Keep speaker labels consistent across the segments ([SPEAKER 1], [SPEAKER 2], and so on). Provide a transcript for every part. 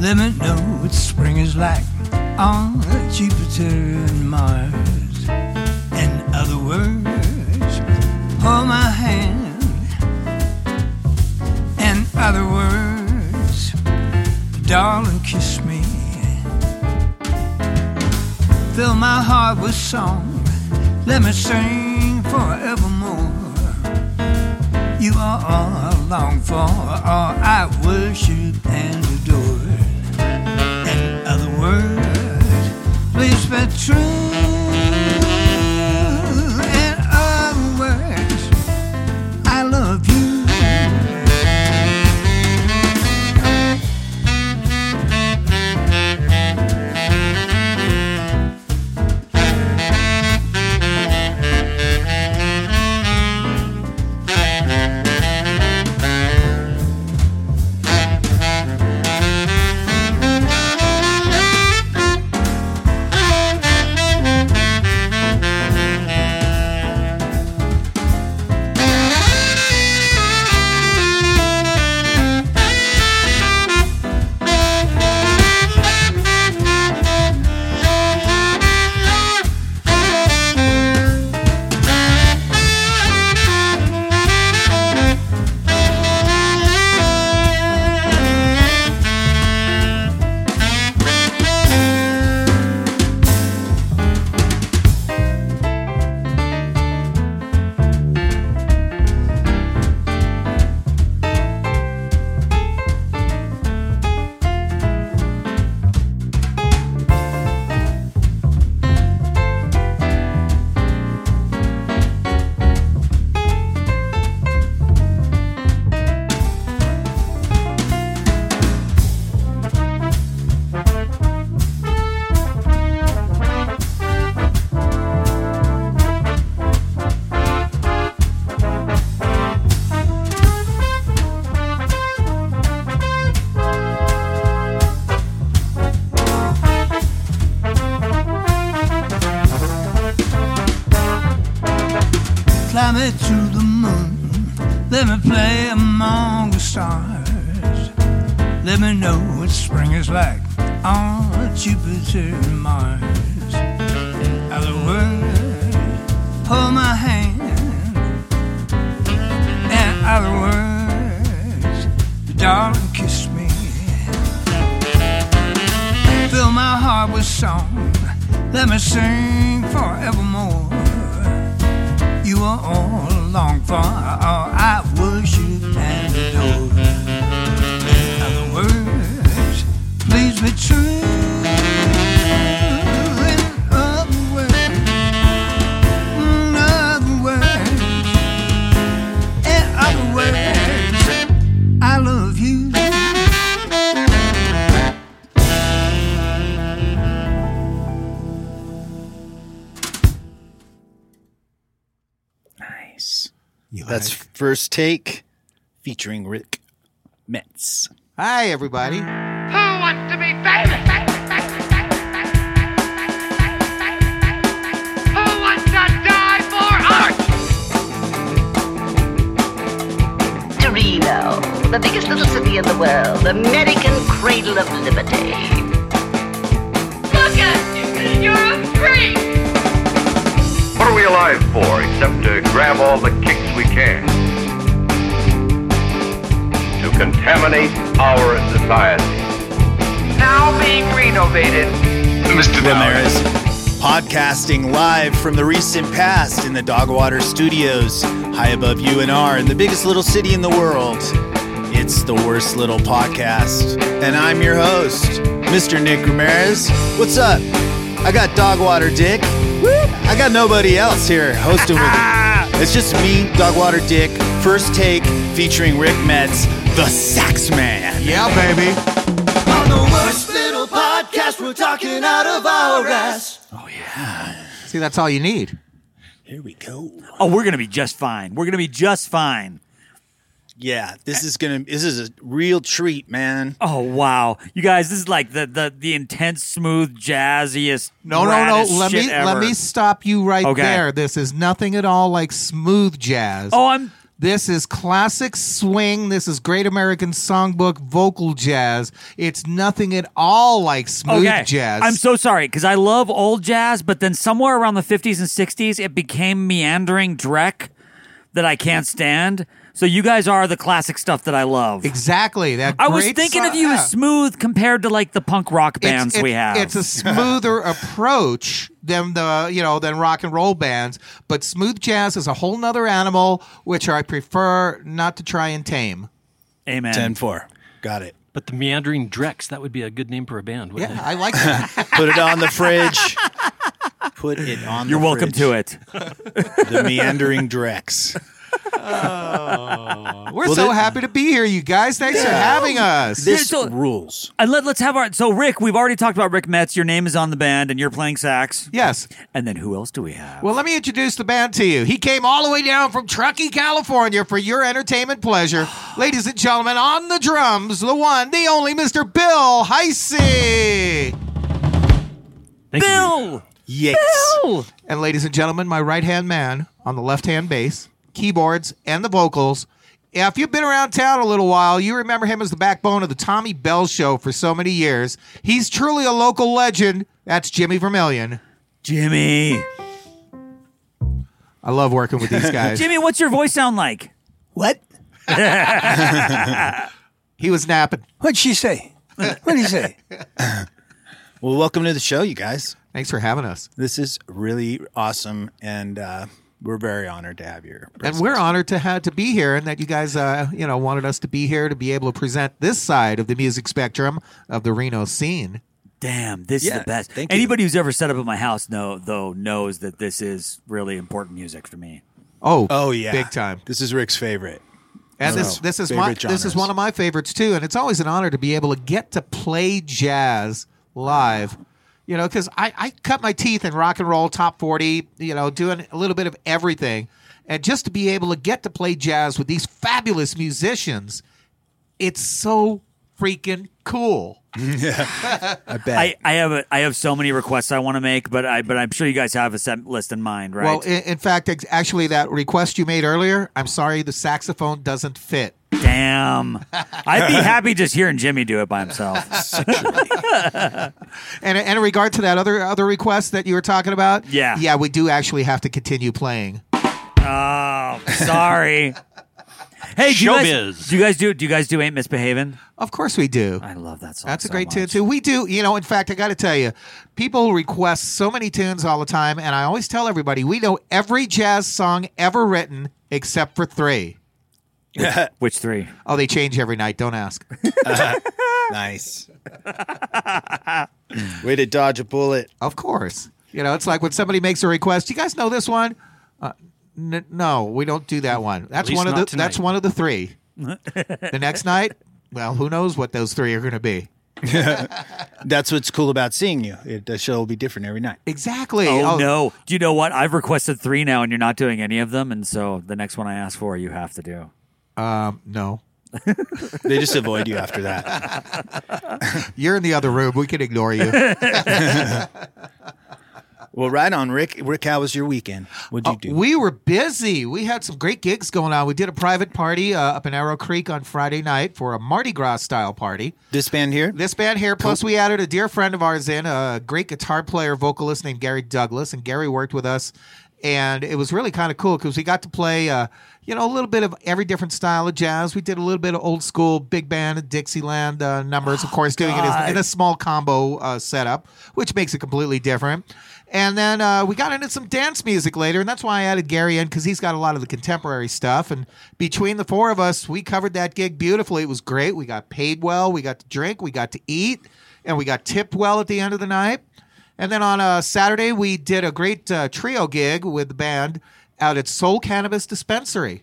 [SPEAKER 1] Let me know what spring is like on Jupiter and Mars. In other words, hold my hand. In other words, darling, kiss me. Fill my heart with song. Let me sing forevermore. You are all I long for, all I worship and adore. In other words, please be true. In other words, I love you. Fly me to the moon. Let me play among the stars. Let me know what spring is like on Jupiter and Mars. In other words, hold my hand. In other words, darling, kiss me. Fill my heart with song. Let me sing forevermore. You are all along for all I worship and adore. In other words, please be true. In other words, in other words, in other words, I love you.
[SPEAKER 2] Nice.
[SPEAKER 3] You
[SPEAKER 2] That's
[SPEAKER 3] like-
[SPEAKER 2] first take featuring Rick Metz.
[SPEAKER 3] hi everybody.
[SPEAKER 4] Who wants to be famous? Who wants to die for art?
[SPEAKER 5] Torino, the biggest little city in the world, American cradle of liberty.
[SPEAKER 4] Look at you, you're a freak.
[SPEAKER 6] What are we alive for except to grab all the kicks we can? To contaminate our society.
[SPEAKER 4] Now being renovated.
[SPEAKER 6] Mr.
[SPEAKER 2] Ramirez, podcasting live from the recent past in the Dogwater Studios, high above UNR in the biggest little city in the world. It's the worst little podcast, and I'm your host, Mr. Nick Ramirez. What's up? I got Dogwater Dick. I got nobody else here hosting with me. It's just me, Dogwater Dick, first take featuring Rick Metz, the Sax Man.
[SPEAKER 3] Yeah, baby.
[SPEAKER 7] On the worst little podcast, we're talking out of our ass.
[SPEAKER 3] See, that's all you need.
[SPEAKER 2] Here we go.
[SPEAKER 8] Oh, we're gonna be just fine. We're gonna be just fine.
[SPEAKER 2] Yeah, this is gonna. This is a real treat, man.
[SPEAKER 8] Oh wow, you guys, this is like the the, the intense, smooth, jazziest.
[SPEAKER 3] No, no, no.
[SPEAKER 8] raddest
[SPEAKER 3] Let
[SPEAKER 8] shit
[SPEAKER 3] me
[SPEAKER 8] ever.
[SPEAKER 3] let me stop you right
[SPEAKER 8] Okay.
[SPEAKER 3] there. This is nothing at all like smooth jazz.
[SPEAKER 8] Oh, I'm
[SPEAKER 3] This is classic swing. This is Great American Songbook vocal jazz. It's nothing at all like smooth
[SPEAKER 8] okay.
[SPEAKER 3] jazz.
[SPEAKER 8] I'm so sorry because I love old jazz, but then somewhere around the 50s and 60s, it became meandering dreck that I can't stand. So you guys are the classic stuff that I love.
[SPEAKER 3] exactly that.
[SPEAKER 8] I was
[SPEAKER 3] great
[SPEAKER 8] thinking
[SPEAKER 3] so-
[SPEAKER 8] of you
[SPEAKER 3] yeah.
[SPEAKER 8] as smooth compared to like the punk rock
[SPEAKER 3] It's-
[SPEAKER 8] bands
[SPEAKER 3] it's-
[SPEAKER 8] we have.
[SPEAKER 3] It's a smoother approach than the you know than rock and roll bands, but smooth jazz is a whole nother animal, which I prefer not to try and tame.
[SPEAKER 8] Amen.
[SPEAKER 2] 10 4. Got it.
[SPEAKER 9] But the meandering Drex, that would be a good name for a band, wouldn't
[SPEAKER 3] Yeah, I like that.
[SPEAKER 2] Put it on the fridge. Put it on
[SPEAKER 8] You're welcome to it.
[SPEAKER 2] it. The meandering Drex.
[SPEAKER 3] We're
[SPEAKER 2] Well,
[SPEAKER 3] so
[SPEAKER 2] that-
[SPEAKER 3] happy to be here, you guys. Thanks for having us.
[SPEAKER 2] This
[SPEAKER 8] so-
[SPEAKER 2] rules.
[SPEAKER 8] And Uh, let, let's have our. So, Rick, we've already talked about Rick Metz. Your name is on the band and you're playing sax.
[SPEAKER 3] Yes.
[SPEAKER 8] And then who else do we have?
[SPEAKER 3] Well, let me introduce the band to you. He came all the way down from Truckee, California for your entertainment pleasure. Ladies and gentlemen, on the drums, the one, the only Mr. Bill Heisey.
[SPEAKER 9] they? Thank you.
[SPEAKER 8] Bill!
[SPEAKER 2] Yes.
[SPEAKER 3] And ladies and gentlemen, my right hand man on the left hand bass, keyboards, and the vocals. If you've been around town a little while, you remember him as the backbone of the Tommy Bell Show for so many years. He's truly a local legend. That's Jimmy Vermillion.
[SPEAKER 8] Jimmy.
[SPEAKER 3] I love working with these guys.
[SPEAKER 8] Jimmy, what's your voice sound like?
[SPEAKER 10] What?
[SPEAKER 3] he was napping.
[SPEAKER 10] What'd she say? What'd he say?
[SPEAKER 2] Well, welcome to the show, you guys.
[SPEAKER 3] Thanks for having us.
[SPEAKER 2] This is really awesome, and uh, we're very honored to have your.
[SPEAKER 3] And
[SPEAKER 2] presence.
[SPEAKER 3] we're honored to have to be here, and that you guys, uh, you know, wanted us to be here to be able to present this side of the music spectrum of the Reno scene.
[SPEAKER 8] Damn, this
[SPEAKER 2] Yeah,
[SPEAKER 8] is the best.
[SPEAKER 2] thank you.
[SPEAKER 8] Anybody who's ever set up at my house, know, though, knows that this is really important music for me.
[SPEAKER 3] Oh,
[SPEAKER 2] Oh yeah,
[SPEAKER 3] big time.
[SPEAKER 2] This is Rick's favorite.
[SPEAKER 3] And
[SPEAKER 2] No,
[SPEAKER 3] this
[SPEAKER 2] no.
[SPEAKER 3] this is
[SPEAKER 2] Favorite
[SPEAKER 3] my this
[SPEAKER 2] genres.
[SPEAKER 3] is one of my favorites too, and it's always an honor to be able to get to play jazz live. You know, because I, I cut my teeth in rock and roll, top forty. You know, doing a little bit of everything, and just to be able to get to play jazz with these fabulous musicians, it's so freaking cool.
[SPEAKER 2] I bet.
[SPEAKER 8] I, I have a, I have so many requests I want to make, but I but I'm sure you guys have a set list in mind, right?
[SPEAKER 3] Well, in, in fact, ex- actually, that request you made earlier, I'm sorry, the saxophone doesn't fit.
[SPEAKER 8] Damn, I'd be happy just hearing Jimmy do it by himself.
[SPEAKER 3] And, and in regard to that other other request that you were talking about,
[SPEAKER 8] Yeah.
[SPEAKER 3] yeah, we do actually have to continue playing.
[SPEAKER 8] oh, sorry. Hey, do you, guys,
[SPEAKER 9] Showbiz.
[SPEAKER 8] do you guys do do you guys do ain't misbehaving?
[SPEAKER 3] Of course we do.
[SPEAKER 8] I love that song.
[SPEAKER 3] That's a
[SPEAKER 8] so
[SPEAKER 3] great tune
[SPEAKER 8] much.
[SPEAKER 3] too. We do, you know. In fact, I got to tell you, people request so many tunes all the time, and I always tell everybody we know every jazz song ever written except for three.
[SPEAKER 8] Which three?
[SPEAKER 3] Oh, they change every night. Don't ask.
[SPEAKER 2] nice. Way to dodge a bullet.
[SPEAKER 3] Of course. You know, it's like when somebody makes a request. You guys know this one? Uh, n- no, we don't do that one. That's
[SPEAKER 9] least
[SPEAKER 3] one of
[SPEAKER 9] not
[SPEAKER 3] the.
[SPEAKER 9] tonight.
[SPEAKER 3] That's one of the three. the next night, well, who knows what those three are going to be?
[SPEAKER 2] That's what's cool about seeing you. It, the show will be different every night.
[SPEAKER 3] Exactly.
[SPEAKER 8] Oh, no! Do you know what? I've requested three now, and you're not doing any of them. And so the next one I ask for, you have to do.
[SPEAKER 3] Um, no.
[SPEAKER 2] They just avoid you after that.
[SPEAKER 3] You're in the other room. We can ignore you.
[SPEAKER 2] Well, right on, Rick. Rick, how was your weekend? What'd you
[SPEAKER 3] Uh,
[SPEAKER 2] do?
[SPEAKER 3] We were busy. We had some great gigs going on. We did a private party uh, up in Arrow Creek on Friday night for a Mardi Gras style party.
[SPEAKER 2] this band here.
[SPEAKER 3] This band here, plus we added a dear friend of ours in, a great guitar player vocalist named Gary Douglas, and Gary worked with us. And it was really kind of cool because we got to play, uh, you know, a little bit of every different style of jazz. We did a little bit of old school big band and Dixieland uh, numbers, of course, doing it as- in a small combo uh, setup, which makes it completely different. And then uh, we got into some dance music later, and that's why I added Gary in because he's got a lot of the contemporary stuff. And between the four of us, we covered that gig beautifully. It was great. We got paid well, we got to drink, we got to eat, and we got tipped well at the end of the night. And then on uh, Saturday, we did a great uh, trio gig with the band out at Soul Cannabis Dispensary.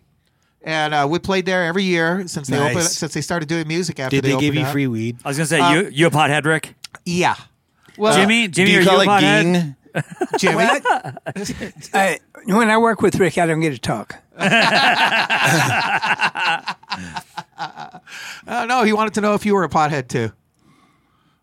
[SPEAKER 3] And uh, we played there every year since they
[SPEAKER 2] Nice.
[SPEAKER 3] opened, since they started doing music after
[SPEAKER 2] Did they give
[SPEAKER 3] opened
[SPEAKER 2] you
[SPEAKER 3] up.
[SPEAKER 2] free weed?
[SPEAKER 8] I was gonna say you you a pothead, Rick?
[SPEAKER 3] Yeah. Uh, Well,
[SPEAKER 8] Jimmy, Jimmy,
[SPEAKER 2] do you
[SPEAKER 8] are
[SPEAKER 2] call
[SPEAKER 8] you a
[SPEAKER 2] it
[SPEAKER 8] pothead?
[SPEAKER 2] ging?
[SPEAKER 3] Jimmy,
[SPEAKER 10] I, when I work with Rick, I don't get to talk.
[SPEAKER 3] Uh, Oh no, he wanted to know if you were a pothead too.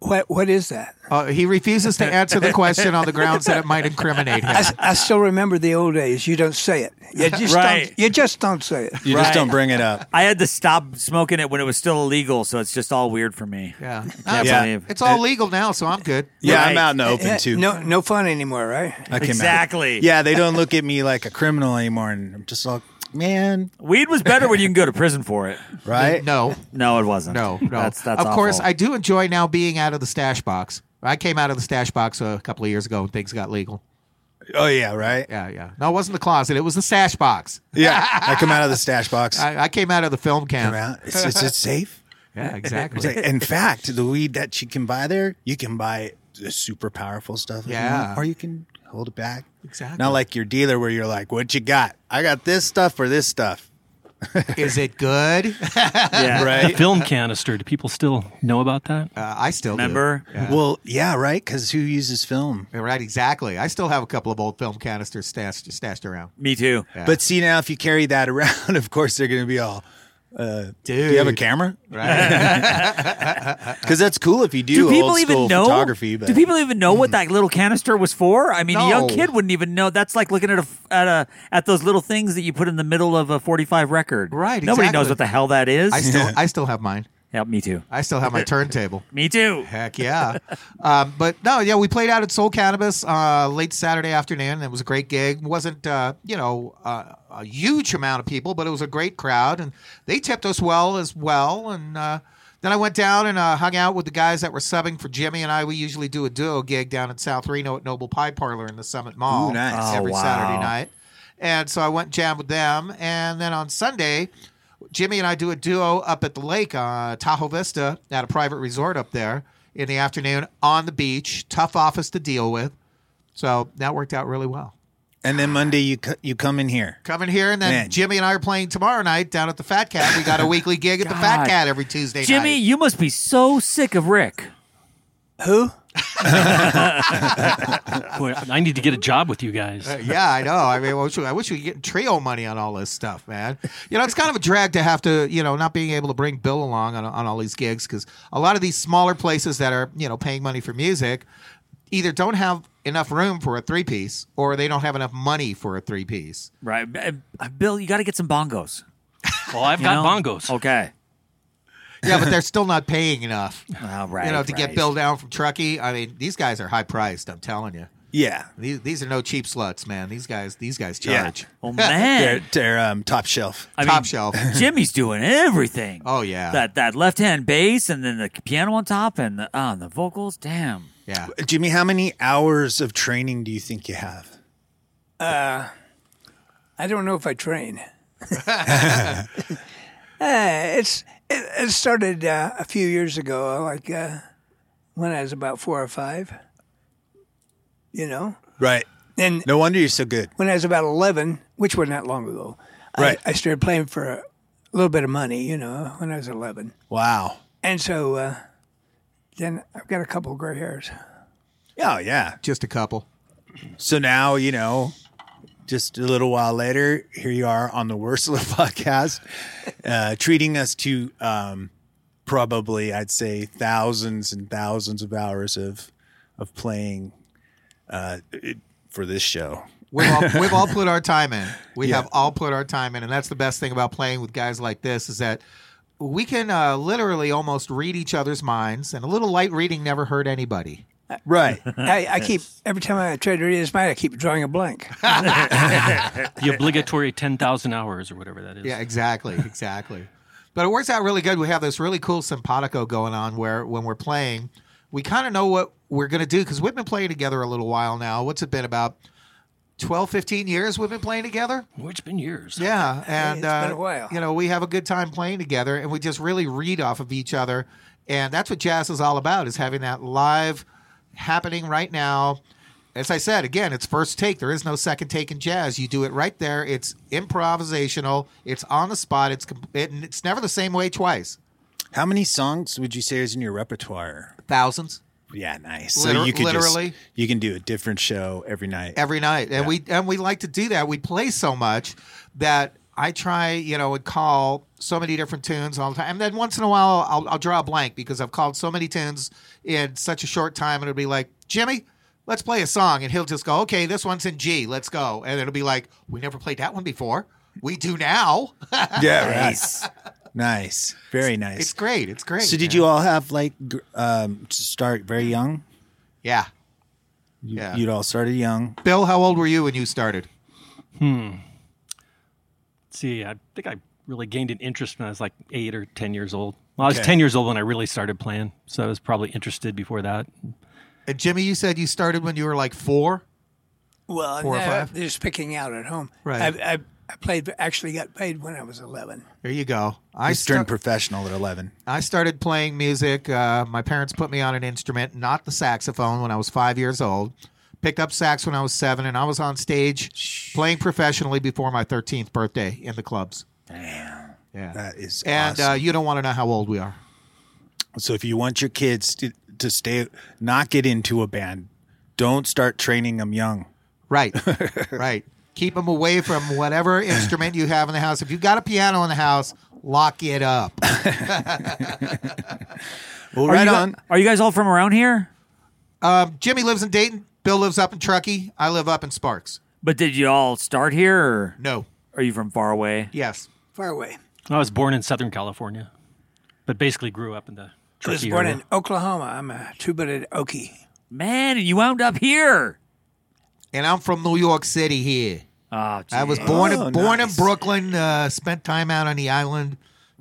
[SPEAKER 10] What What is that?
[SPEAKER 3] Uh, he refuses to answer the question on the grounds that it might incriminate him.
[SPEAKER 10] I, s- I still remember the old days. You don't say it. You just
[SPEAKER 8] Right.
[SPEAKER 10] don't. You just don't say it.
[SPEAKER 2] You
[SPEAKER 8] Right.
[SPEAKER 2] just don't bring it up.
[SPEAKER 8] I had to stop smoking it when it was still illegal, so it's just all weird for me.
[SPEAKER 3] Yeah.
[SPEAKER 8] can't
[SPEAKER 3] Uh,
[SPEAKER 8] believe-
[SPEAKER 3] It's all legal now, so I'm good.
[SPEAKER 2] Yeah, I'm
[SPEAKER 8] Right.
[SPEAKER 2] out in the
[SPEAKER 1] Eh,
[SPEAKER 10] Yeah,
[SPEAKER 2] open too.
[SPEAKER 10] No, no fun anymore, right?
[SPEAKER 2] I came out.
[SPEAKER 8] Exactly.
[SPEAKER 2] Yeah, they don't look at me like a criminal anymore, and I'm just like, man,
[SPEAKER 8] Weed was better when you can go to prison for it.
[SPEAKER 2] right?
[SPEAKER 3] No,
[SPEAKER 8] No, it wasn't.
[SPEAKER 3] no, no.
[SPEAKER 8] That's that's
[SPEAKER 3] of course,
[SPEAKER 8] awful.
[SPEAKER 3] I do enjoy now being out of the stash box. I came out of the stash box a couple of years ago when things got legal.
[SPEAKER 2] Oh yeah, right.
[SPEAKER 3] Yeah, yeah. No, it wasn't the closet. It was the stash box.
[SPEAKER 2] Yeah, I come out of the stash box.
[SPEAKER 3] I, I came out of the film
[SPEAKER 2] Come
[SPEAKER 3] camp.
[SPEAKER 2] out. It's, it's, it's safe.
[SPEAKER 3] Yeah,
[SPEAKER 2] It's
[SPEAKER 3] exactly.
[SPEAKER 2] like, in fact, the weed that you can buy there, you can buy the super powerful stuff. that you
[SPEAKER 3] Yeah.
[SPEAKER 2] want, or you can hold it back.
[SPEAKER 3] Exactly.
[SPEAKER 2] Not like your dealer where you're like, what you got? I got this stuff or this stuff.
[SPEAKER 3] Is it good? Uh,
[SPEAKER 8] yeah.
[SPEAKER 9] The film canister. Do people still know about that?
[SPEAKER 3] I still do.
[SPEAKER 8] Remember?
[SPEAKER 3] Yeah.
[SPEAKER 2] Well, yeah, right. Because who uses film?
[SPEAKER 3] Right, exactly. I still have a couple of old film canisters stashed stashed around.
[SPEAKER 8] Me too.
[SPEAKER 2] But see now, if you carry that around, of course they're going to be all. Uh, do you have a camera?
[SPEAKER 3] Right.
[SPEAKER 2] Because that's cool if you do.
[SPEAKER 8] Do people
[SPEAKER 2] old
[SPEAKER 8] even
[SPEAKER 2] school
[SPEAKER 8] know?
[SPEAKER 2] photography? But
[SPEAKER 8] Do people even know what that little canister was for? I mean, a young
[SPEAKER 3] No.
[SPEAKER 8] kid wouldn't even know. That's like looking at a at a at those little things that you put in the middle of a forty-five record.
[SPEAKER 3] Right,
[SPEAKER 8] Nobody knows
[SPEAKER 3] exactly.
[SPEAKER 8] what the hell that is.
[SPEAKER 3] I still I still have mine.
[SPEAKER 8] yeah, me too.
[SPEAKER 3] I still have my turntable.
[SPEAKER 8] Me too.
[SPEAKER 3] Heck yeah. um, but no, yeah, we played out at Soul Cannabis uh, late Saturday afternoon. It was a great gig. wasn't uh, you know uh, a huge amount of people, but it was a great crowd, and they tipped us well as well. And uh, then I went down and uh, hung out with the guys that were subbing for Jimmy and I. We usually do a duo gig down in South Reno at Noble Pie Parlor in the Summit Mall
[SPEAKER 2] Ooh, nice.
[SPEAKER 8] Oh,
[SPEAKER 3] every
[SPEAKER 8] wow.
[SPEAKER 3] Saturday night. And so I went and jammed with them. And then on Sunday, Jimmy and I do a duo up at the lake, uh, Tahoe Vista, at a private resort up there in the afternoon on the beach. Tough office to deal with. So that worked out really well.
[SPEAKER 2] And then Monday you co- you come in here.
[SPEAKER 3] Coming here, and then
[SPEAKER 2] Man.
[SPEAKER 3] Jimmy and I are playing tomorrow night down at the Fat Cat. We got a weekly gig at the Fat
[SPEAKER 8] God.
[SPEAKER 3] Cat every Tuesday
[SPEAKER 8] Jimmy,
[SPEAKER 3] night.
[SPEAKER 8] you must be so sick of Rick.
[SPEAKER 10] Who?
[SPEAKER 9] Boy, I need to get a job with you guys.
[SPEAKER 3] yeah, I know. I mean, I wish, I wish we could get trio money on all this stuff, man. You know, it's kind of a drag to have to, you know, not being able to bring Bill along on, on all these gigs because a lot of these smaller places that are, you know, paying money for music either don't have enough room for a three piece or they don't have enough money for a three piece.
[SPEAKER 8] Right, B- uh, Bill, you got to get some bongos.
[SPEAKER 9] Well, I've
[SPEAKER 8] you
[SPEAKER 9] got
[SPEAKER 8] know?
[SPEAKER 9] bongos.
[SPEAKER 8] Okay.
[SPEAKER 3] Yeah, but they're still not paying enough,
[SPEAKER 8] All right.
[SPEAKER 3] you know, to
[SPEAKER 8] right.
[SPEAKER 3] get Bill down from Truckee. I mean, these guys are high priced, I'm telling you.
[SPEAKER 2] Yeah.
[SPEAKER 3] These, these are no cheap sluts, man. These guys, these guys
[SPEAKER 2] Yeah.
[SPEAKER 3] charge
[SPEAKER 8] Oh
[SPEAKER 2] They're,
[SPEAKER 8] man,
[SPEAKER 2] they're um, top shelf.
[SPEAKER 8] I
[SPEAKER 3] top
[SPEAKER 8] mean,
[SPEAKER 3] shelf.
[SPEAKER 8] Jimmy's doing everything.
[SPEAKER 3] Oh yeah,
[SPEAKER 8] That that left hand bass and then the piano on top and the, oh, and the vocals. Damn.
[SPEAKER 3] yeah.
[SPEAKER 2] Jimmy, how many hours of training do you think you have?
[SPEAKER 10] I don't know if I train. Uh, it's it, it started uh, a few years ago, like uh, when I was about four or five. You know,
[SPEAKER 2] Right.
[SPEAKER 10] and
[SPEAKER 2] No wonder you're so good.
[SPEAKER 10] when I was about eleven, which was not long ago,
[SPEAKER 2] Right.
[SPEAKER 10] I, I started playing for a little bit of money. You know, when I was eleven,
[SPEAKER 2] Wow.
[SPEAKER 10] and so uh, then I've got a couple of gray hairs.
[SPEAKER 2] Oh yeah.
[SPEAKER 3] Just a couple.
[SPEAKER 2] So now you know. Just a little while later, here you are on the Worst Little Podcast, uh, treating us to um, probably I'd say thousands and thousands of hours of of playing uh, it- for this show.
[SPEAKER 3] We've all, we've all put our time in. We have all put our time in, and that's the best thing about playing with guys like this is that we can uh, literally almost read each other's minds, and a little light reading never hurt anybody.
[SPEAKER 2] Right.
[SPEAKER 10] I, I keep every time I try to read his mind, I keep drawing a blank.
[SPEAKER 9] The obligatory 10,000 hours or whatever that is.
[SPEAKER 3] Yeah, exactly, exactly. but it works out really good. We have this really cool simpatico going on where when we're playing, we kind of know what we're going to do because we've been playing together a little while now. What's it been about 12, 15 years we've been playing together?
[SPEAKER 9] Well, it's been years.
[SPEAKER 3] Yeah, and
[SPEAKER 10] it's
[SPEAKER 3] uh,
[SPEAKER 10] been a while.
[SPEAKER 3] You know, we have a good time playing together, and we just really read off of each other, and that's what jazz is all about: is having that live happening right now. As I said again, it's first take. There is no second take in jazz. You do it right there. It's improvisational. It's on the spot. It's com- it, and it's never the same way twice.
[SPEAKER 2] How many songs would you say is in your repertoire?
[SPEAKER 3] Thousands
[SPEAKER 2] Yeah, nice. so
[SPEAKER 3] Liter-
[SPEAKER 2] you could just-
[SPEAKER 3] literally?
[SPEAKER 2] you can do a different show every night.
[SPEAKER 3] every night, and we and we like to do that. We play so much that I try, you know, would call so many different tunes all the time. And then once in a while, I'll, I'll draw a blank because I've called so many tunes in such a short time. And it'll be like, Jimmy, let's play a song. And he'll just go, okay, this one's in G, let's go. And it'll be like, we never played that one before. We do now.
[SPEAKER 2] Yeah, right. Nice. Nice. Very nice.
[SPEAKER 3] It's great. It's great.
[SPEAKER 2] So, did you all have like gr- um, to start very young?
[SPEAKER 3] Yeah.
[SPEAKER 2] You,
[SPEAKER 3] Yeah.
[SPEAKER 2] You'd all started young.
[SPEAKER 3] Bill, how old were you when you started?
[SPEAKER 9] see, I think I really gained an interest when I was like eight or ten years old. Well, I was
[SPEAKER 2] Okay.
[SPEAKER 9] ten years old when I really started playing, so I was probably interested before that.
[SPEAKER 3] And Jimmy, you said you started when you were like four.
[SPEAKER 1] Well,
[SPEAKER 3] Four or
[SPEAKER 1] no,
[SPEAKER 3] five?
[SPEAKER 1] just picking out at home.
[SPEAKER 3] Right.
[SPEAKER 1] I, I, I played, actually got paid when I was 11.
[SPEAKER 3] There you go.
[SPEAKER 2] I
[SPEAKER 3] I
[SPEAKER 2] turned
[SPEAKER 3] started.
[SPEAKER 2] professional at eleven.
[SPEAKER 3] I started playing music. Uh, my parents put me on an instrument, not the saxophone, when I was five years old. Picked up sax when I was seven, and I was on stage playing professionally before my 13th birthday in the clubs. Yeah.
[SPEAKER 2] That is
[SPEAKER 3] And uh,
[SPEAKER 2] awesome.
[SPEAKER 3] you don't want to know how old we are.
[SPEAKER 2] so, if you want your kids to, to stay, not get into a band, don't start training them young.
[SPEAKER 3] Right. right. Keep them away from whatever instrument you have in the house. If you've got a piano in the house, lock it up.
[SPEAKER 2] Well,
[SPEAKER 8] Are
[SPEAKER 2] right
[SPEAKER 8] you gu-
[SPEAKER 2] on.
[SPEAKER 8] are you guys all from around here?
[SPEAKER 3] Um, Jimmy lives in Dayton. Bill lives up in Truckee. I live up in Sparks.
[SPEAKER 8] But did you all start here, or
[SPEAKER 3] No.
[SPEAKER 8] are you from far away?
[SPEAKER 3] Yes.
[SPEAKER 1] Far away.
[SPEAKER 9] I was born in Southern California, but basically grew up in the.
[SPEAKER 1] I was
[SPEAKER 9] Truckee
[SPEAKER 1] born
[SPEAKER 9] area.
[SPEAKER 1] in Oklahoma. I'm a two-butted Okie.
[SPEAKER 8] Man, you wound up here.
[SPEAKER 3] And I'm from New York City here.
[SPEAKER 8] Oh,
[SPEAKER 3] I was
[SPEAKER 8] gee.
[SPEAKER 3] born in,
[SPEAKER 2] Oh,
[SPEAKER 3] born
[SPEAKER 2] nice.
[SPEAKER 3] in Brooklyn. Uh, spent time out on the island.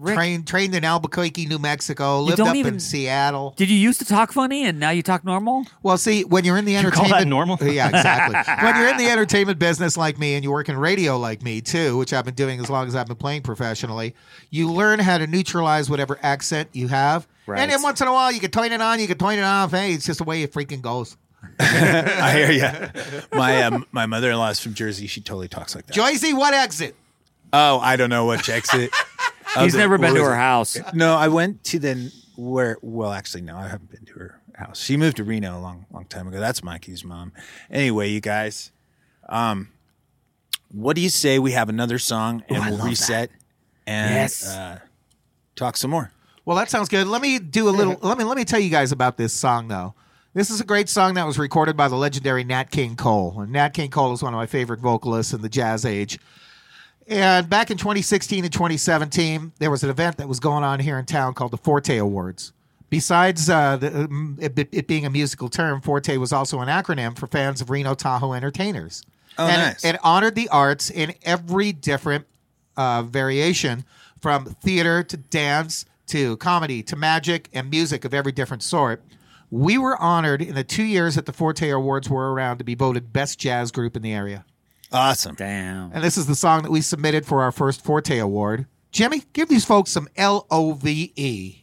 [SPEAKER 3] Trained trained in Albuquerque, New Mexico. Lived
[SPEAKER 8] don't
[SPEAKER 3] up
[SPEAKER 8] even-
[SPEAKER 3] in Seattle.
[SPEAKER 8] Did you used to talk funny and now you talk normal?
[SPEAKER 3] Well, see, when you're in the
[SPEAKER 9] call
[SPEAKER 3] entertainment,
[SPEAKER 9] that normal?
[SPEAKER 3] yeah, exactly. when you're in the entertainment business like me, and you work in radio like me too, which I've been doing as long as I've been playing professionally, you learn how to neutralize whatever accent you have.
[SPEAKER 2] Right.
[SPEAKER 3] And then once in a while, you can turn it on, you can turn it off. Hey, it's just the way it freaking goes.
[SPEAKER 2] I hear you. My um, my mother in law is from Jersey. She totally talks like that.
[SPEAKER 3] Joycey, what exit?
[SPEAKER 2] Oh, I don't know which exit. of
[SPEAKER 8] He's
[SPEAKER 2] the-
[SPEAKER 8] never been
[SPEAKER 2] what
[SPEAKER 8] to
[SPEAKER 2] was
[SPEAKER 8] her
[SPEAKER 2] it?
[SPEAKER 8] house.
[SPEAKER 2] No, I went to the where. Well, actually, no, I haven't been to her house. She moved to Reno a long, long time ago. That's Mikey's mom. Anyway, you guys, um, what do you say we have another song and we'll reset and
[SPEAKER 8] Yes.
[SPEAKER 2] uh, talk some more?
[SPEAKER 3] Well, that sounds good. Let me do a little. Let me let me tell you guys about this song though. This is a great song that was recorded by the legendary Nat King Cole. And Nat King Cole is one of my favorite vocalists in the jazz age. And back in 2016 and 2017, there was an event that was going on here in town called the Forte Awards. Besides uh, the, um, it, it- it being a musical term, Forte was also an acronym for fans of Reno Tahoe entertainers.
[SPEAKER 2] Oh,
[SPEAKER 3] and
[SPEAKER 2] nice.
[SPEAKER 3] It honored the arts in every different uh, variation, from theater to dance to comedy to magic and music of every different sort. We were honored in the two years that the Forte Awards were around to be voted best jazz group in the area.
[SPEAKER 2] Awesome.
[SPEAKER 8] Damn.
[SPEAKER 3] And this is the song that we submitted for our first Forte Award. Jimmy, give these folks some L O V E.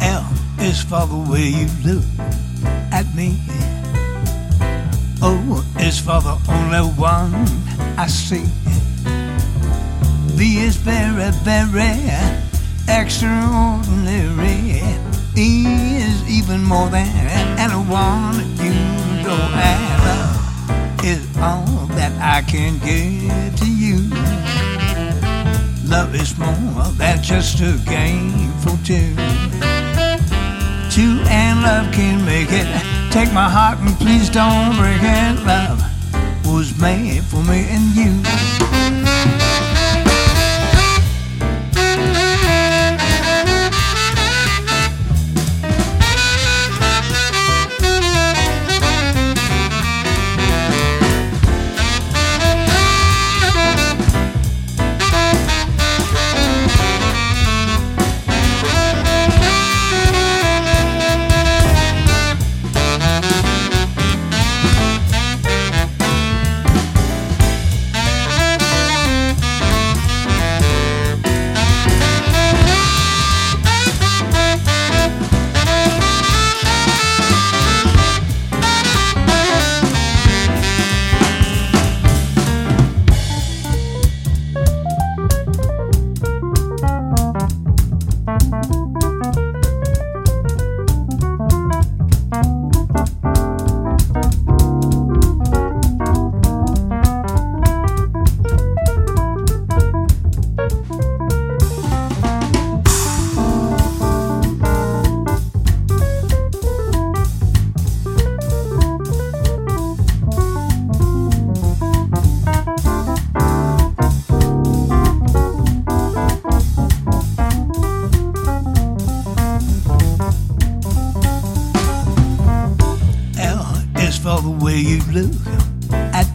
[SPEAKER 1] L is for the way you look at me. O is for the only one I see. V is very, very extraordinary. E is even more than anyone you know and love is all that I can give to you. Love is more than just a game for two. Two and love can make it. Take my heart and please don't break it. Love was made for me and you.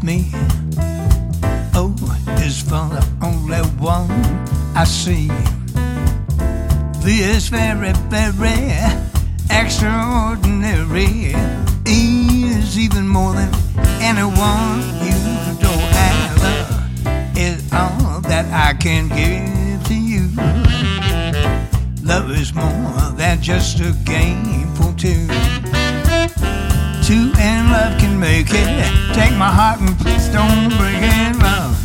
[SPEAKER 1] me. O is for the only one I see. V is very, very extraordinary. E is even more than anyone you know I love. Is all that I can give to you. Love is more than just a game for two. Two and love can make it. Take my heart and please don't break it. Love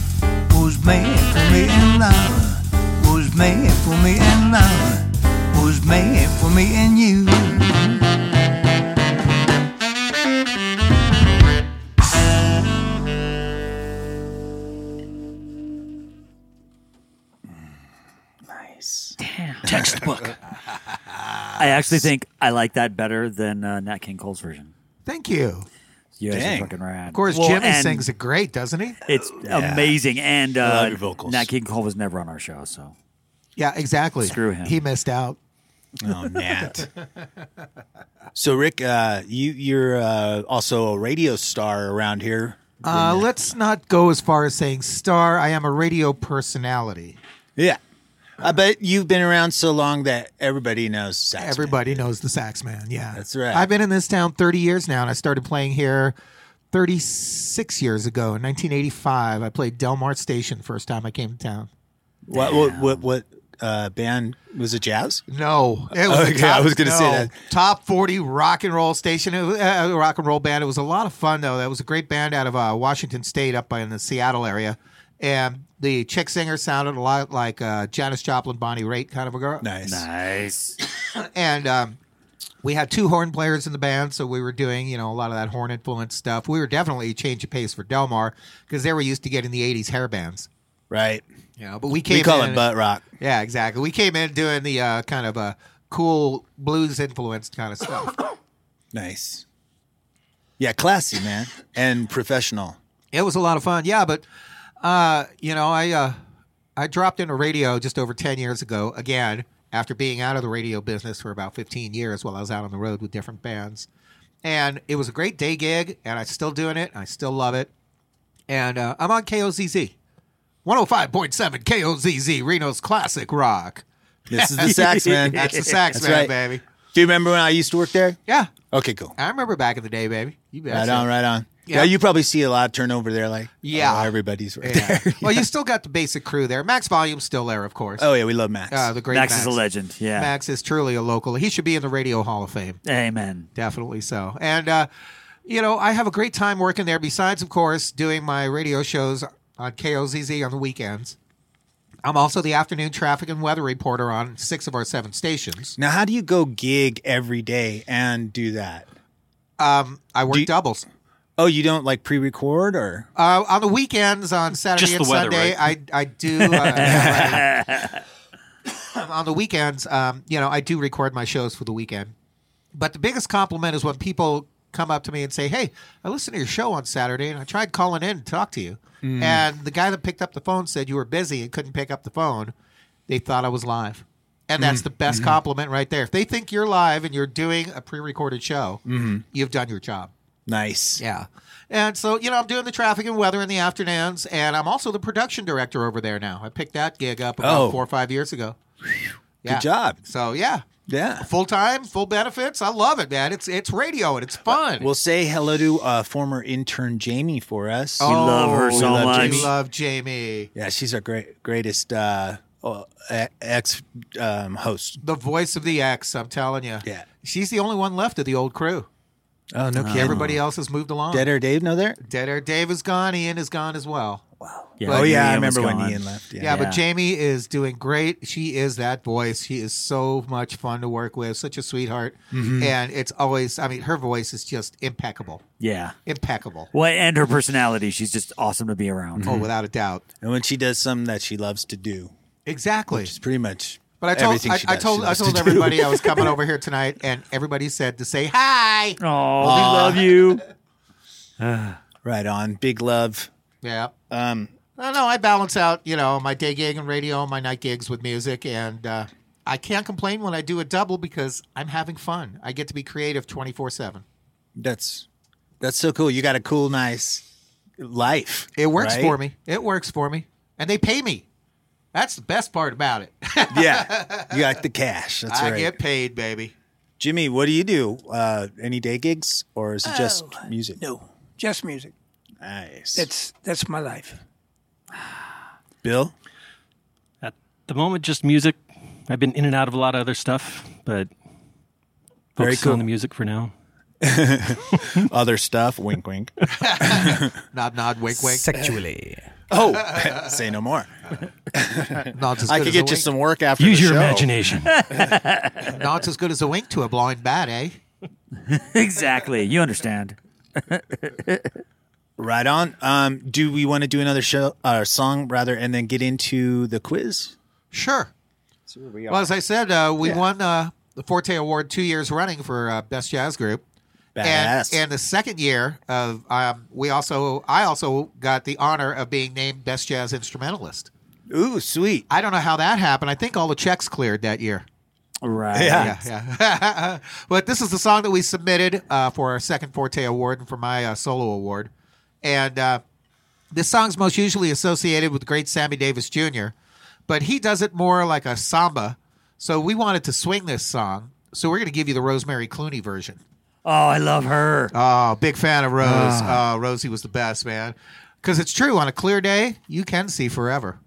[SPEAKER 1] was made for me and love was made for me and love was made for me and you.
[SPEAKER 2] Nice.
[SPEAKER 8] Textbook. I actually think I like that better than uh, Nat King Cole's version.
[SPEAKER 3] Thank you.
[SPEAKER 8] You guys
[SPEAKER 2] Dang.
[SPEAKER 8] are fucking rad.
[SPEAKER 3] Of course,
[SPEAKER 8] Well,
[SPEAKER 3] Jimmy
[SPEAKER 8] and
[SPEAKER 3] sings it great, doesn't he?
[SPEAKER 8] It's
[SPEAKER 2] Yeah.
[SPEAKER 8] amazing. And uh,
[SPEAKER 2] love your vocals.
[SPEAKER 8] Nat King Cole was never on our show, so
[SPEAKER 3] Yeah, exactly.
[SPEAKER 8] Screw him.
[SPEAKER 3] He missed out.
[SPEAKER 2] Oh, Nat. so, Rick, uh, you you're uh, also a radio star around here.
[SPEAKER 3] Uh, let's not go as far as saying star. I am a radio personality.
[SPEAKER 2] Yeah. I bet you've been around so long that everybody knows Saxman.
[SPEAKER 3] Everybody knows the sax man. Yeah,
[SPEAKER 2] That's right.
[SPEAKER 3] I've been in this town 30 years now, and I started playing here 36 years ago in 1985. I played Delmar Station first time I came to town.
[SPEAKER 2] What what what, what uh, band was it? Jazz?
[SPEAKER 3] No, it was a
[SPEAKER 2] Okay,
[SPEAKER 3] top,
[SPEAKER 2] I was gonna say
[SPEAKER 3] no,
[SPEAKER 2] that.
[SPEAKER 3] top 40 rock and roll station, it was, uh, rock and roll band. It was a lot of fun though. That was a great band out of uh, Washington State, up in the Seattle area, and the chick singer sounded a lot like uh, Janis Joplin, Bonnie Raitt kind of a girl.
[SPEAKER 2] Nice.
[SPEAKER 8] nice.
[SPEAKER 3] and um, we had two horn players in the band, so we were doing you know a lot of that horn influence stuff. We were definitely a change of pace for Delmar because they were used to getting the '80s hair bands.
[SPEAKER 2] Right.
[SPEAKER 3] You know, but we came
[SPEAKER 2] We call
[SPEAKER 3] in,
[SPEAKER 2] it butt rock.
[SPEAKER 3] Yeah, exactly. We came in doing the uh, kind of uh, cool blues influenced kind of stuff.
[SPEAKER 2] Nice. Yeah, classy man and professional.
[SPEAKER 3] it was a lot of fun. Yeah, but uh, you know, I uh, I dropped into radio just over ten years ago again after being out of the radio business for about fifteen years while I was out on the road with different bands, and it was a great day gig, and I'm still doing it. I still love it, and uh, I'm on KOZZ, one hundred five point seven KOZZ Reno's classic rock.
[SPEAKER 2] This is the sax man.
[SPEAKER 3] That's the sax
[SPEAKER 2] That's
[SPEAKER 3] man,
[SPEAKER 2] right.
[SPEAKER 3] baby.
[SPEAKER 2] Do you remember when I used to work there?
[SPEAKER 3] Yeah,
[SPEAKER 2] Okay, cool.
[SPEAKER 3] I remember back in the day, baby. You bet.
[SPEAKER 2] Right on, right on.
[SPEAKER 3] Yeah.
[SPEAKER 2] Yeah. you probably see a lot of turnover there. Like,
[SPEAKER 3] Yeah.
[SPEAKER 2] oh, everybody's right
[SPEAKER 3] Yeah.
[SPEAKER 2] there.
[SPEAKER 3] Well, you still got the basic crew there. Max Volume's still there, of course.
[SPEAKER 2] oh yeah, we love Max.
[SPEAKER 3] Uh, the great
[SPEAKER 8] Max, is a legend. Yeah.
[SPEAKER 3] Max is truly a local. He should be in the Radio Hall of Fame.
[SPEAKER 8] Amen.
[SPEAKER 3] Definitely so. And, uh, you know, I have a great time working there, besides, of course, doing my radio shows on KOZZ on the weekends. I'm also the afternoon traffic and weather reporter on six of our seven stations.
[SPEAKER 2] now, how do you go gig every day and do that?
[SPEAKER 3] Um, I work
[SPEAKER 2] Do you-
[SPEAKER 3] doubles.
[SPEAKER 2] Oh, you don't like pre-record or?
[SPEAKER 3] Uh, on the weekends, on Saturday
[SPEAKER 9] Just
[SPEAKER 3] and
[SPEAKER 9] the weather,
[SPEAKER 3] Sunday, I I do. Uh, yeah, right. on the weekends, um, you know, I do record my shows for the weekend. But the biggest compliment is when people come up to me and say, "Hey, I listened to your show on Saturday, and I tried calling in to talk to you,
[SPEAKER 9] Mm.
[SPEAKER 3] and the guy that picked up the phone said you were busy and couldn't pick up the phone. They thought I was live." And
[SPEAKER 9] Mm,
[SPEAKER 3] that's the best
[SPEAKER 9] mm-hmm.
[SPEAKER 3] compliment right there. If they think you're live and you're doing a pre-recorded show,
[SPEAKER 9] Mm-hmm.
[SPEAKER 3] you've done your job.
[SPEAKER 2] Nice.
[SPEAKER 3] Yeah. And so, you know, I'm doing the traffic and weather in the afternoons, and I'm also the production director over there now. I picked that gig up about
[SPEAKER 2] Oh.
[SPEAKER 3] four or five years ago. Yeah.
[SPEAKER 2] Good job.
[SPEAKER 3] So, yeah.
[SPEAKER 2] Yeah.
[SPEAKER 3] Full time, full benefits. I love it, man. It's it's radio and it's fun.
[SPEAKER 2] Well, say hello to uh, former intern Jamie for us.
[SPEAKER 3] Oh,
[SPEAKER 8] love her so
[SPEAKER 2] love
[SPEAKER 8] much.
[SPEAKER 3] We love Jamie,
[SPEAKER 2] Yeah, she's our great greatest uh, uh, ex um, host.
[SPEAKER 3] the voice of the ex. I'm telling you.
[SPEAKER 2] Yeah.
[SPEAKER 3] She's the only one left of the old crew. Uh,
[SPEAKER 2] Oh no, kidding.
[SPEAKER 3] Everybody else has moved along.
[SPEAKER 2] Dead or Dave? No, there.
[SPEAKER 3] Dead Air Dave is gone. Ian is gone as well.
[SPEAKER 8] Yeah,
[SPEAKER 2] oh yeah, I
[SPEAKER 8] Ian was
[SPEAKER 2] remember when
[SPEAKER 8] gone.
[SPEAKER 2] Ian left. Yeah.
[SPEAKER 3] Yeah,
[SPEAKER 8] Yeah.
[SPEAKER 3] but Jamie is doing great. She is that voice. She is so much fun to work with, such a sweetheart. And it's always, I mean, her voice is just impeccable.
[SPEAKER 8] Yeah.
[SPEAKER 3] Impeccable.
[SPEAKER 8] Well, and her personality, she's just awesome to be around.
[SPEAKER 3] Oh, without a doubt.
[SPEAKER 2] And when she does something that she loves to do,
[SPEAKER 3] Exactly.
[SPEAKER 2] it's pretty much.
[SPEAKER 3] But I told
[SPEAKER 2] everything
[SPEAKER 3] I,
[SPEAKER 2] she
[SPEAKER 3] I
[SPEAKER 2] does, she
[SPEAKER 3] told I
[SPEAKER 2] loves to
[SPEAKER 3] told
[SPEAKER 2] do.
[SPEAKER 3] everybody I was coming over here tonight and everybody said to say hi.
[SPEAKER 8] Oh, we love you.
[SPEAKER 2] Right on. Big love.
[SPEAKER 3] Yeah.
[SPEAKER 2] Um,
[SPEAKER 3] No, no, I balance out, you know, my day gig and radio, my night gigs with music, and uh, I can't complain when I do a double because I'm having fun. I get to be creative twenty four seven.
[SPEAKER 2] that's that's so cool. You got a cool, nice life.
[SPEAKER 3] It works
[SPEAKER 2] right?
[SPEAKER 3] for me. It works for me. And they pay me. That's the best part about it.
[SPEAKER 2] yeah, you got the cash. That's
[SPEAKER 3] I
[SPEAKER 2] right.
[SPEAKER 3] get paid, baby.
[SPEAKER 2] Jimmy, what do you do? Uh, any day gigs or is it just
[SPEAKER 10] Oh,
[SPEAKER 2] music?
[SPEAKER 10] No, just music.
[SPEAKER 2] Nice.
[SPEAKER 10] That's that's my life.
[SPEAKER 2] Bill.
[SPEAKER 9] At the moment, just music. I've been in and out of a lot of other stuff, but
[SPEAKER 2] Very
[SPEAKER 9] focusing
[SPEAKER 2] cool.
[SPEAKER 9] on the music for now.
[SPEAKER 2] Other stuff. Wink, wink.
[SPEAKER 3] Nod, nod, wink, wink.
[SPEAKER 11] Sexually.
[SPEAKER 2] Oh, say no more.
[SPEAKER 3] Nod's as
[SPEAKER 2] I
[SPEAKER 3] good
[SPEAKER 2] could
[SPEAKER 3] as
[SPEAKER 2] get
[SPEAKER 3] a
[SPEAKER 2] you
[SPEAKER 3] wink.
[SPEAKER 2] some work after.
[SPEAKER 9] Use
[SPEAKER 2] the
[SPEAKER 9] your
[SPEAKER 2] show.
[SPEAKER 9] imagination.
[SPEAKER 3] Nod's as good as a wink to a blind bat, eh?
[SPEAKER 8] exactly. You understand.
[SPEAKER 2] Right on. Um, do we want to do another show, uh, song rather, and then get into the quiz?
[SPEAKER 3] Sure.
[SPEAKER 2] we
[SPEAKER 3] Well, as I said, uh, we won uh, the Forte Award two years running for uh, best jazz group. And,
[SPEAKER 2] Badass.
[SPEAKER 3] and the second year of um, we also I also got the honor of being named best jazz instrumentalist.
[SPEAKER 2] Ooh, sweet.
[SPEAKER 3] I don't know how that happened. I think all the checks cleared that year.
[SPEAKER 8] Right.
[SPEAKER 2] Yeah.
[SPEAKER 3] Yeah, yeah. but this is the song that we submitted uh, for our second Forte Award and for my uh, solo award. And uh, this song's most usually associated with the great Sammy Davis Jr., but he does it more like a samba. So we wanted to swing this song. So we're going to give you the Rosemary Clooney version.
[SPEAKER 8] Oh, I love her.
[SPEAKER 3] Oh, big fan of Rose. Oh, Rosie was the best, man. Because it's true, on a clear day, you can see forever.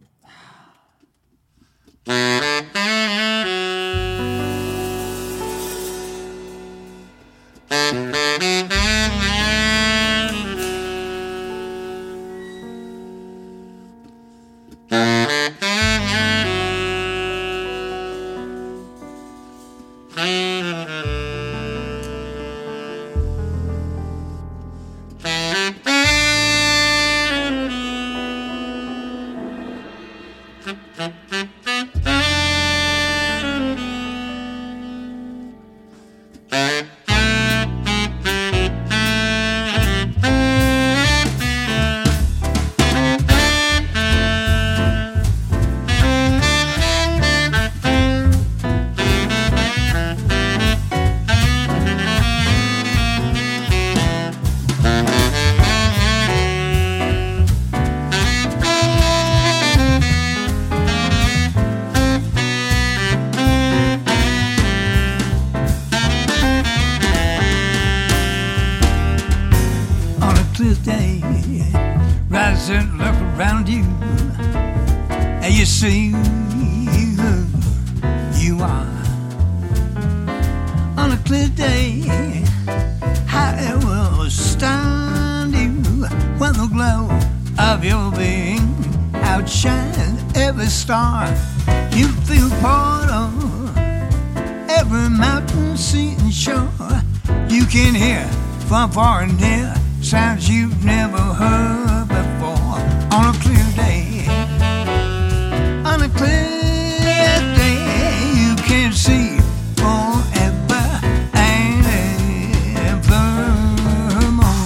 [SPEAKER 1] on a clear day. Rise and look around you, and you see who you are. On a clear day, how it will stand you when the glow of your being outshines every star. You feel part of every mountain, sea, and shore. You can hear from far and near sounds you've never heard before on a clear day. On a clear day, you can see forever and evermore.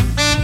[SPEAKER 4] Thank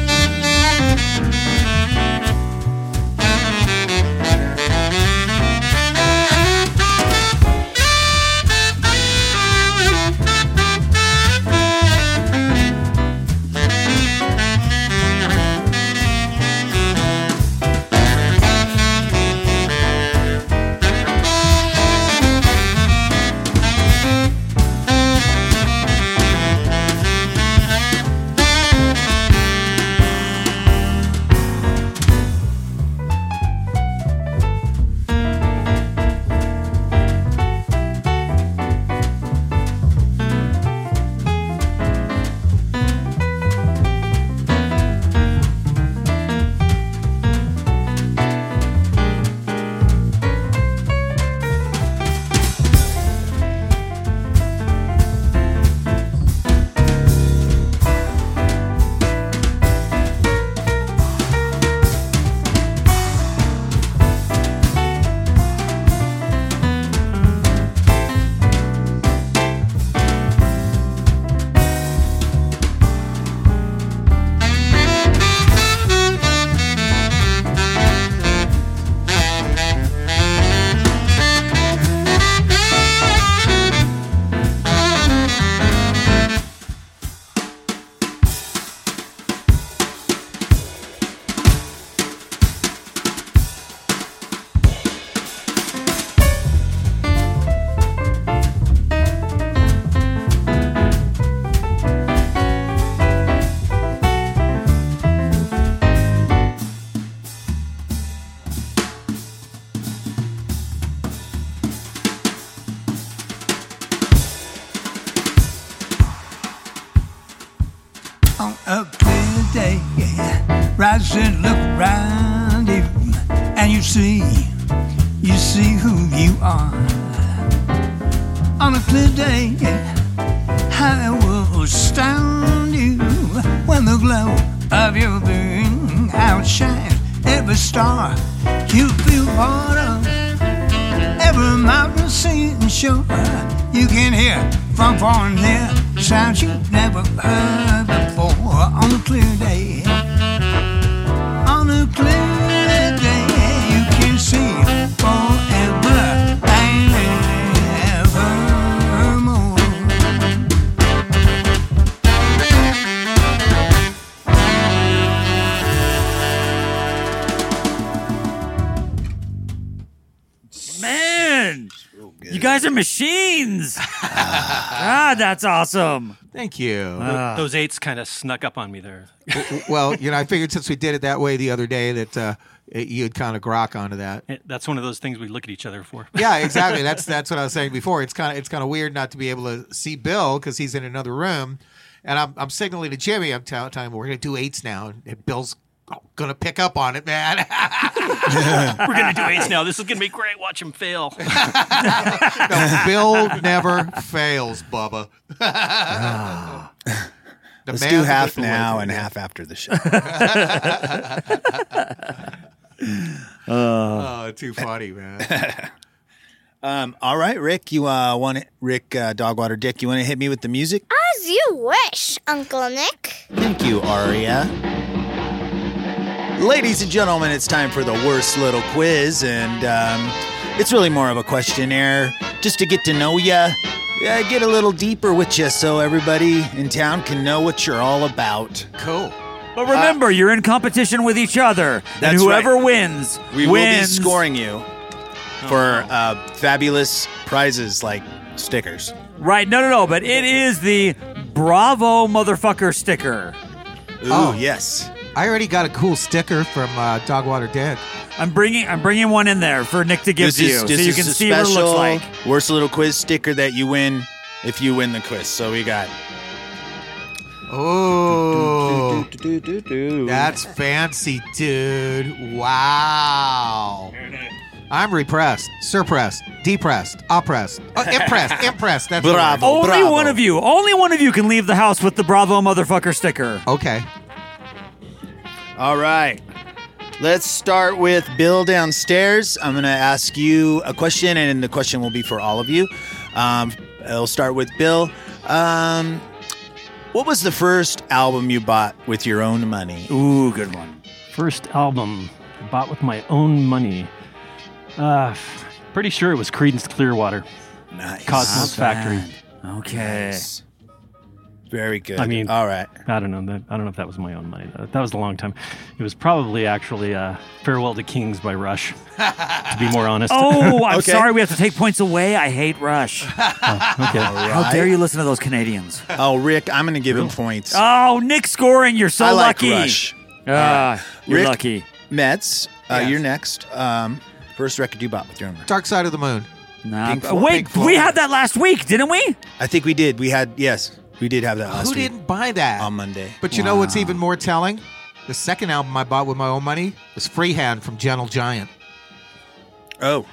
[SPEAKER 1] today. Right said, look round you, and you see, you see who you are. On a clear day, how it will astound you when the glow of your being outshines every star you feel part of. Every mountain, sea, and shore you can hear from far and near sounds you've never heard before on a clear day. On a clear day, you can see forever and evermore.
[SPEAKER 8] Man, you guys are machines. God, that's awesome.
[SPEAKER 3] Thank you.
[SPEAKER 8] Ah. Uh.
[SPEAKER 9] Those eights kind of snuck up on me there.
[SPEAKER 3] well, you know, I figured since we did it that way the other day that uh, you'd kind of grok onto that.
[SPEAKER 9] Eh, That's one of those things we look at each other for.
[SPEAKER 3] Yeah, exactly. That's that's what I was saying before. It's kind of it's kind of weird not to be able to see Bill because he's in another room, and I'm I'm signaling to Jimmy. I'm tell- telling him we're gonna do eights now, and, and Bill's gonna pick up on it, man.
[SPEAKER 9] We're gonna do eights now. This is gonna be great. Watch him fail.
[SPEAKER 3] no, Bill never fails, Bubba. The
[SPEAKER 2] Let's
[SPEAKER 3] man
[SPEAKER 2] do
[SPEAKER 3] with
[SPEAKER 2] half
[SPEAKER 3] the
[SPEAKER 2] now
[SPEAKER 3] laser.
[SPEAKER 2] and half after the show.
[SPEAKER 3] Oh, too funny, man.
[SPEAKER 2] um, all right, Rick, you uh, want it, Rick uh, Dogwater Dick? You want to hit me with the music?
[SPEAKER 11] As you wish, Uncle Nick.
[SPEAKER 2] Thank you, Aria. Ladies and gentlemen, it's time for the worst little quiz, and um, it's really more of a questionnaire just to get to know ya, uh, get a little deeper with ya, so everybody in town can know what you're all about.
[SPEAKER 3] cool.
[SPEAKER 8] But remember, you're in competition with each other, and
[SPEAKER 2] That's
[SPEAKER 8] whoever
[SPEAKER 2] right.
[SPEAKER 8] wins
[SPEAKER 2] We will be
[SPEAKER 8] wins.
[SPEAKER 2] scoring you for uh, fabulous prizes like stickers.
[SPEAKER 8] Right? No, no, no. But it is the Bravo motherfucker sticker.
[SPEAKER 2] Ooh,
[SPEAKER 3] Oh.
[SPEAKER 2] yes.
[SPEAKER 3] I already got a cool sticker from uh, Dogwater Dick.
[SPEAKER 8] I'm bringing I'm bringing one in there for Nick to give to you, so you can
[SPEAKER 2] a
[SPEAKER 8] see what it looks like.
[SPEAKER 2] worst little quiz sticker that you win if you win the quiz. So we got
[SPEAKER 3] Oh, that's fancy, dude. Wow. I'm repressed, suppressed, depressed, oppressed, uh, impressed, impressed. That's the
[SPEAKER 2] Bravo.
[SPEAKER 3] word.
[SPEAKER 8] Only
[SPEAKER 2] Bravo.
[SPEAKER 8] one of you, only one of you can leave the house with the Bravo motherfucker sticker.
[SPEAKER 3] Okay.
[SPEAKER 2] All right. Let's start with Bill downstairs. I'm going to ask you a question, and the question will be for all of you. Um, I'll start with Bill. Um, what was the first album you bought with your own money?
[SPEAKER 8] Ooh, good one.
[SPEAKER 9] First album I bought with my own money. Uh, pretty sure it was Creedence Clearwater,
[SPEAKER 2] Nice.
[SPEAKER 9] Cosmos Factory.
[SPEAKER 8] Okay.
[SPEAKER 2] Very good.
[SPEAKER 9] I mean-
[SPEAKER 2] all right.
[SPEAKER 9] I don't know. That, I don't know if that was my own money. That, that was a long time. It was probably actually uh, "Farewell to Kings" by Rush. to be more honest.
[SPEAKER 8] Oh, I'm
[SPEAKER 2] Okay.
[SPEAKER 8] sorry we have to take points away. I hate Rush.
[SPEAKER 9] okay.
[SPEAKER 8] How dare you listen to those Canadians?
[SPEAKER 2] Oh, Rick, I'm going to give him points.
[SPEAKER 8] Oh, Nick scoring. You're so
[SPEAKER 2] I like
[SPEAKER 8] lucky.
[SPEAKER 2] Rush.
[SPEAKER 8] Ah, you're
[SPEAKER 2] Rick?
[SPEAKER 8] lucky.
[SPEAKER 2] Mets, uh,
[SPEAKER 3] Yes.
[SPEAKER 2] you're next. Um, first record you bought with your own money.
[SPEAKER 3] Dark Side of the Moon.
[SPEAKER 8] Nah,
[SPEAKER 2] Pink
[SPEAKER 8] but-
[SPEAKER 2] Floyd.
[SPEAKER 8] wait,
[SPEAKER 2] Pink
[SPEAKER 8] we
[SPEAKER 2] Floyd.
[SPEAKER 8] had that last week, didn't we?
[SPEAKER 2] I think we did. We had, yes, we did have that last
[SPEAKER 3] Who
[SPEAKER 2] week
[SPEAKER 3] didn't buy that?
[SPEAKER 2] on Monday.
[SPEAKER 3] but you know what's even more telling? The second album I bought with my own money was Freehand from Gentle Giant.
[SPEAKER 2] Oh,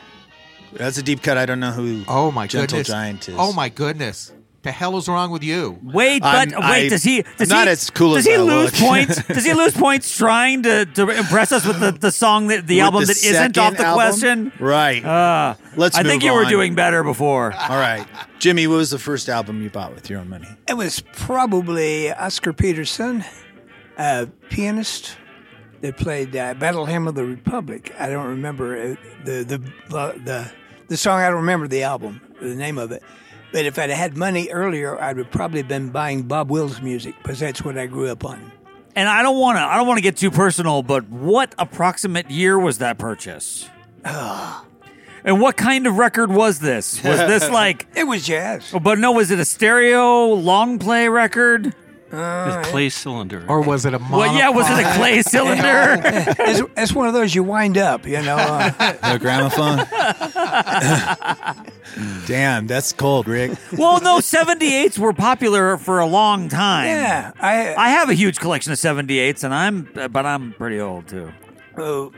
[SPEAKER 2] that's a deep cut. I don't know who.
[SPEAKER 3] Oh my
[SPEAKER 2] Gentle
[SPEAKER 3] goodness.
[SPEAKER 2] Giant is.
[SPEAKER 3] Oh my goodness. The hell is wrong with you?
[SPEAKER 8] Wait, but
[SPEAKER 2] I'm-
[SPEAKER 8] wait,
[SPEAKER 2] I-
[SPEAKER 8] does he? Does
[SPEAKER 2] not
[SPEAKER 8] he,
[SPEAKER 2] as cool
[SPEAKER 8] Does
[SPEAKER 2] as
[SPEAKER 8] he
[SPEAKER 2] I
[SPEAKER 8] lose
[SPEAKER 2] look.
[SPEAKER 8] points? Does he lose points trying to, to impress us with the, the song that the
[SPEAKER 2] With
[SPEAKER 8] album
[SPEAKER 2] the
[SPEAKER 8] that isn't off
[SPEAKER 2] second
[SPEAKER 8] the
[SPEAKER 2] album?
[SPEAKER 8] question?
[SPEAKER 2] Right.
[SPEAKER 8] Uh,
[SPEAKER 2] Let's
[SPEAKER 8] I think
[SPEAKER 2] move
[SPEAKER 8] you were
[SPEAKER 2] on.
[SPEAKER 8] doing better before.
[SPEAKER 2] All right, Jimmy. What was the first album you bought with your own money?
[SPEAKER 10] It was probably Oscar Peterson, a pianist that played uh, Battle Hymn of the Republic. I don't remember uh, the the the the song. I don't remember the album, the name of it. But if I'd had money earlier, I'd have probably been buying Bob Wills music because that's what I grew up on.
[SPEAKER 8] And I don't want to. I don't want to get too personal, but what approximate year was that purchase? and what kind of record was this? Was this like?
[SPEAKER 10] It was jazz.
[SPEAKER 8] But no, was it a stereo long play record?
[SPEAKER 6] It's clay cylinder.
[SPEAKER 3] Or was it a
[SPEAKER 6] Well, yeah, was it a
[SPEAKER 3] monopod?
[SPEAKER 6] clay cylinder?
[SPEAKER 1] it's, it's one of those you wind up, you know. Uh,
[SPEAKER 2] No gramophone. Damn, that's cold, Rick.
[SPEAKER 8] well, no, 78s were popular for a long time.
[SPEAKER 1] yeah, I.
[SPEAKER 8] I have a huge collection of 78s, and I'm, but I'm pretty old too.
[SPEAKER 1] oh,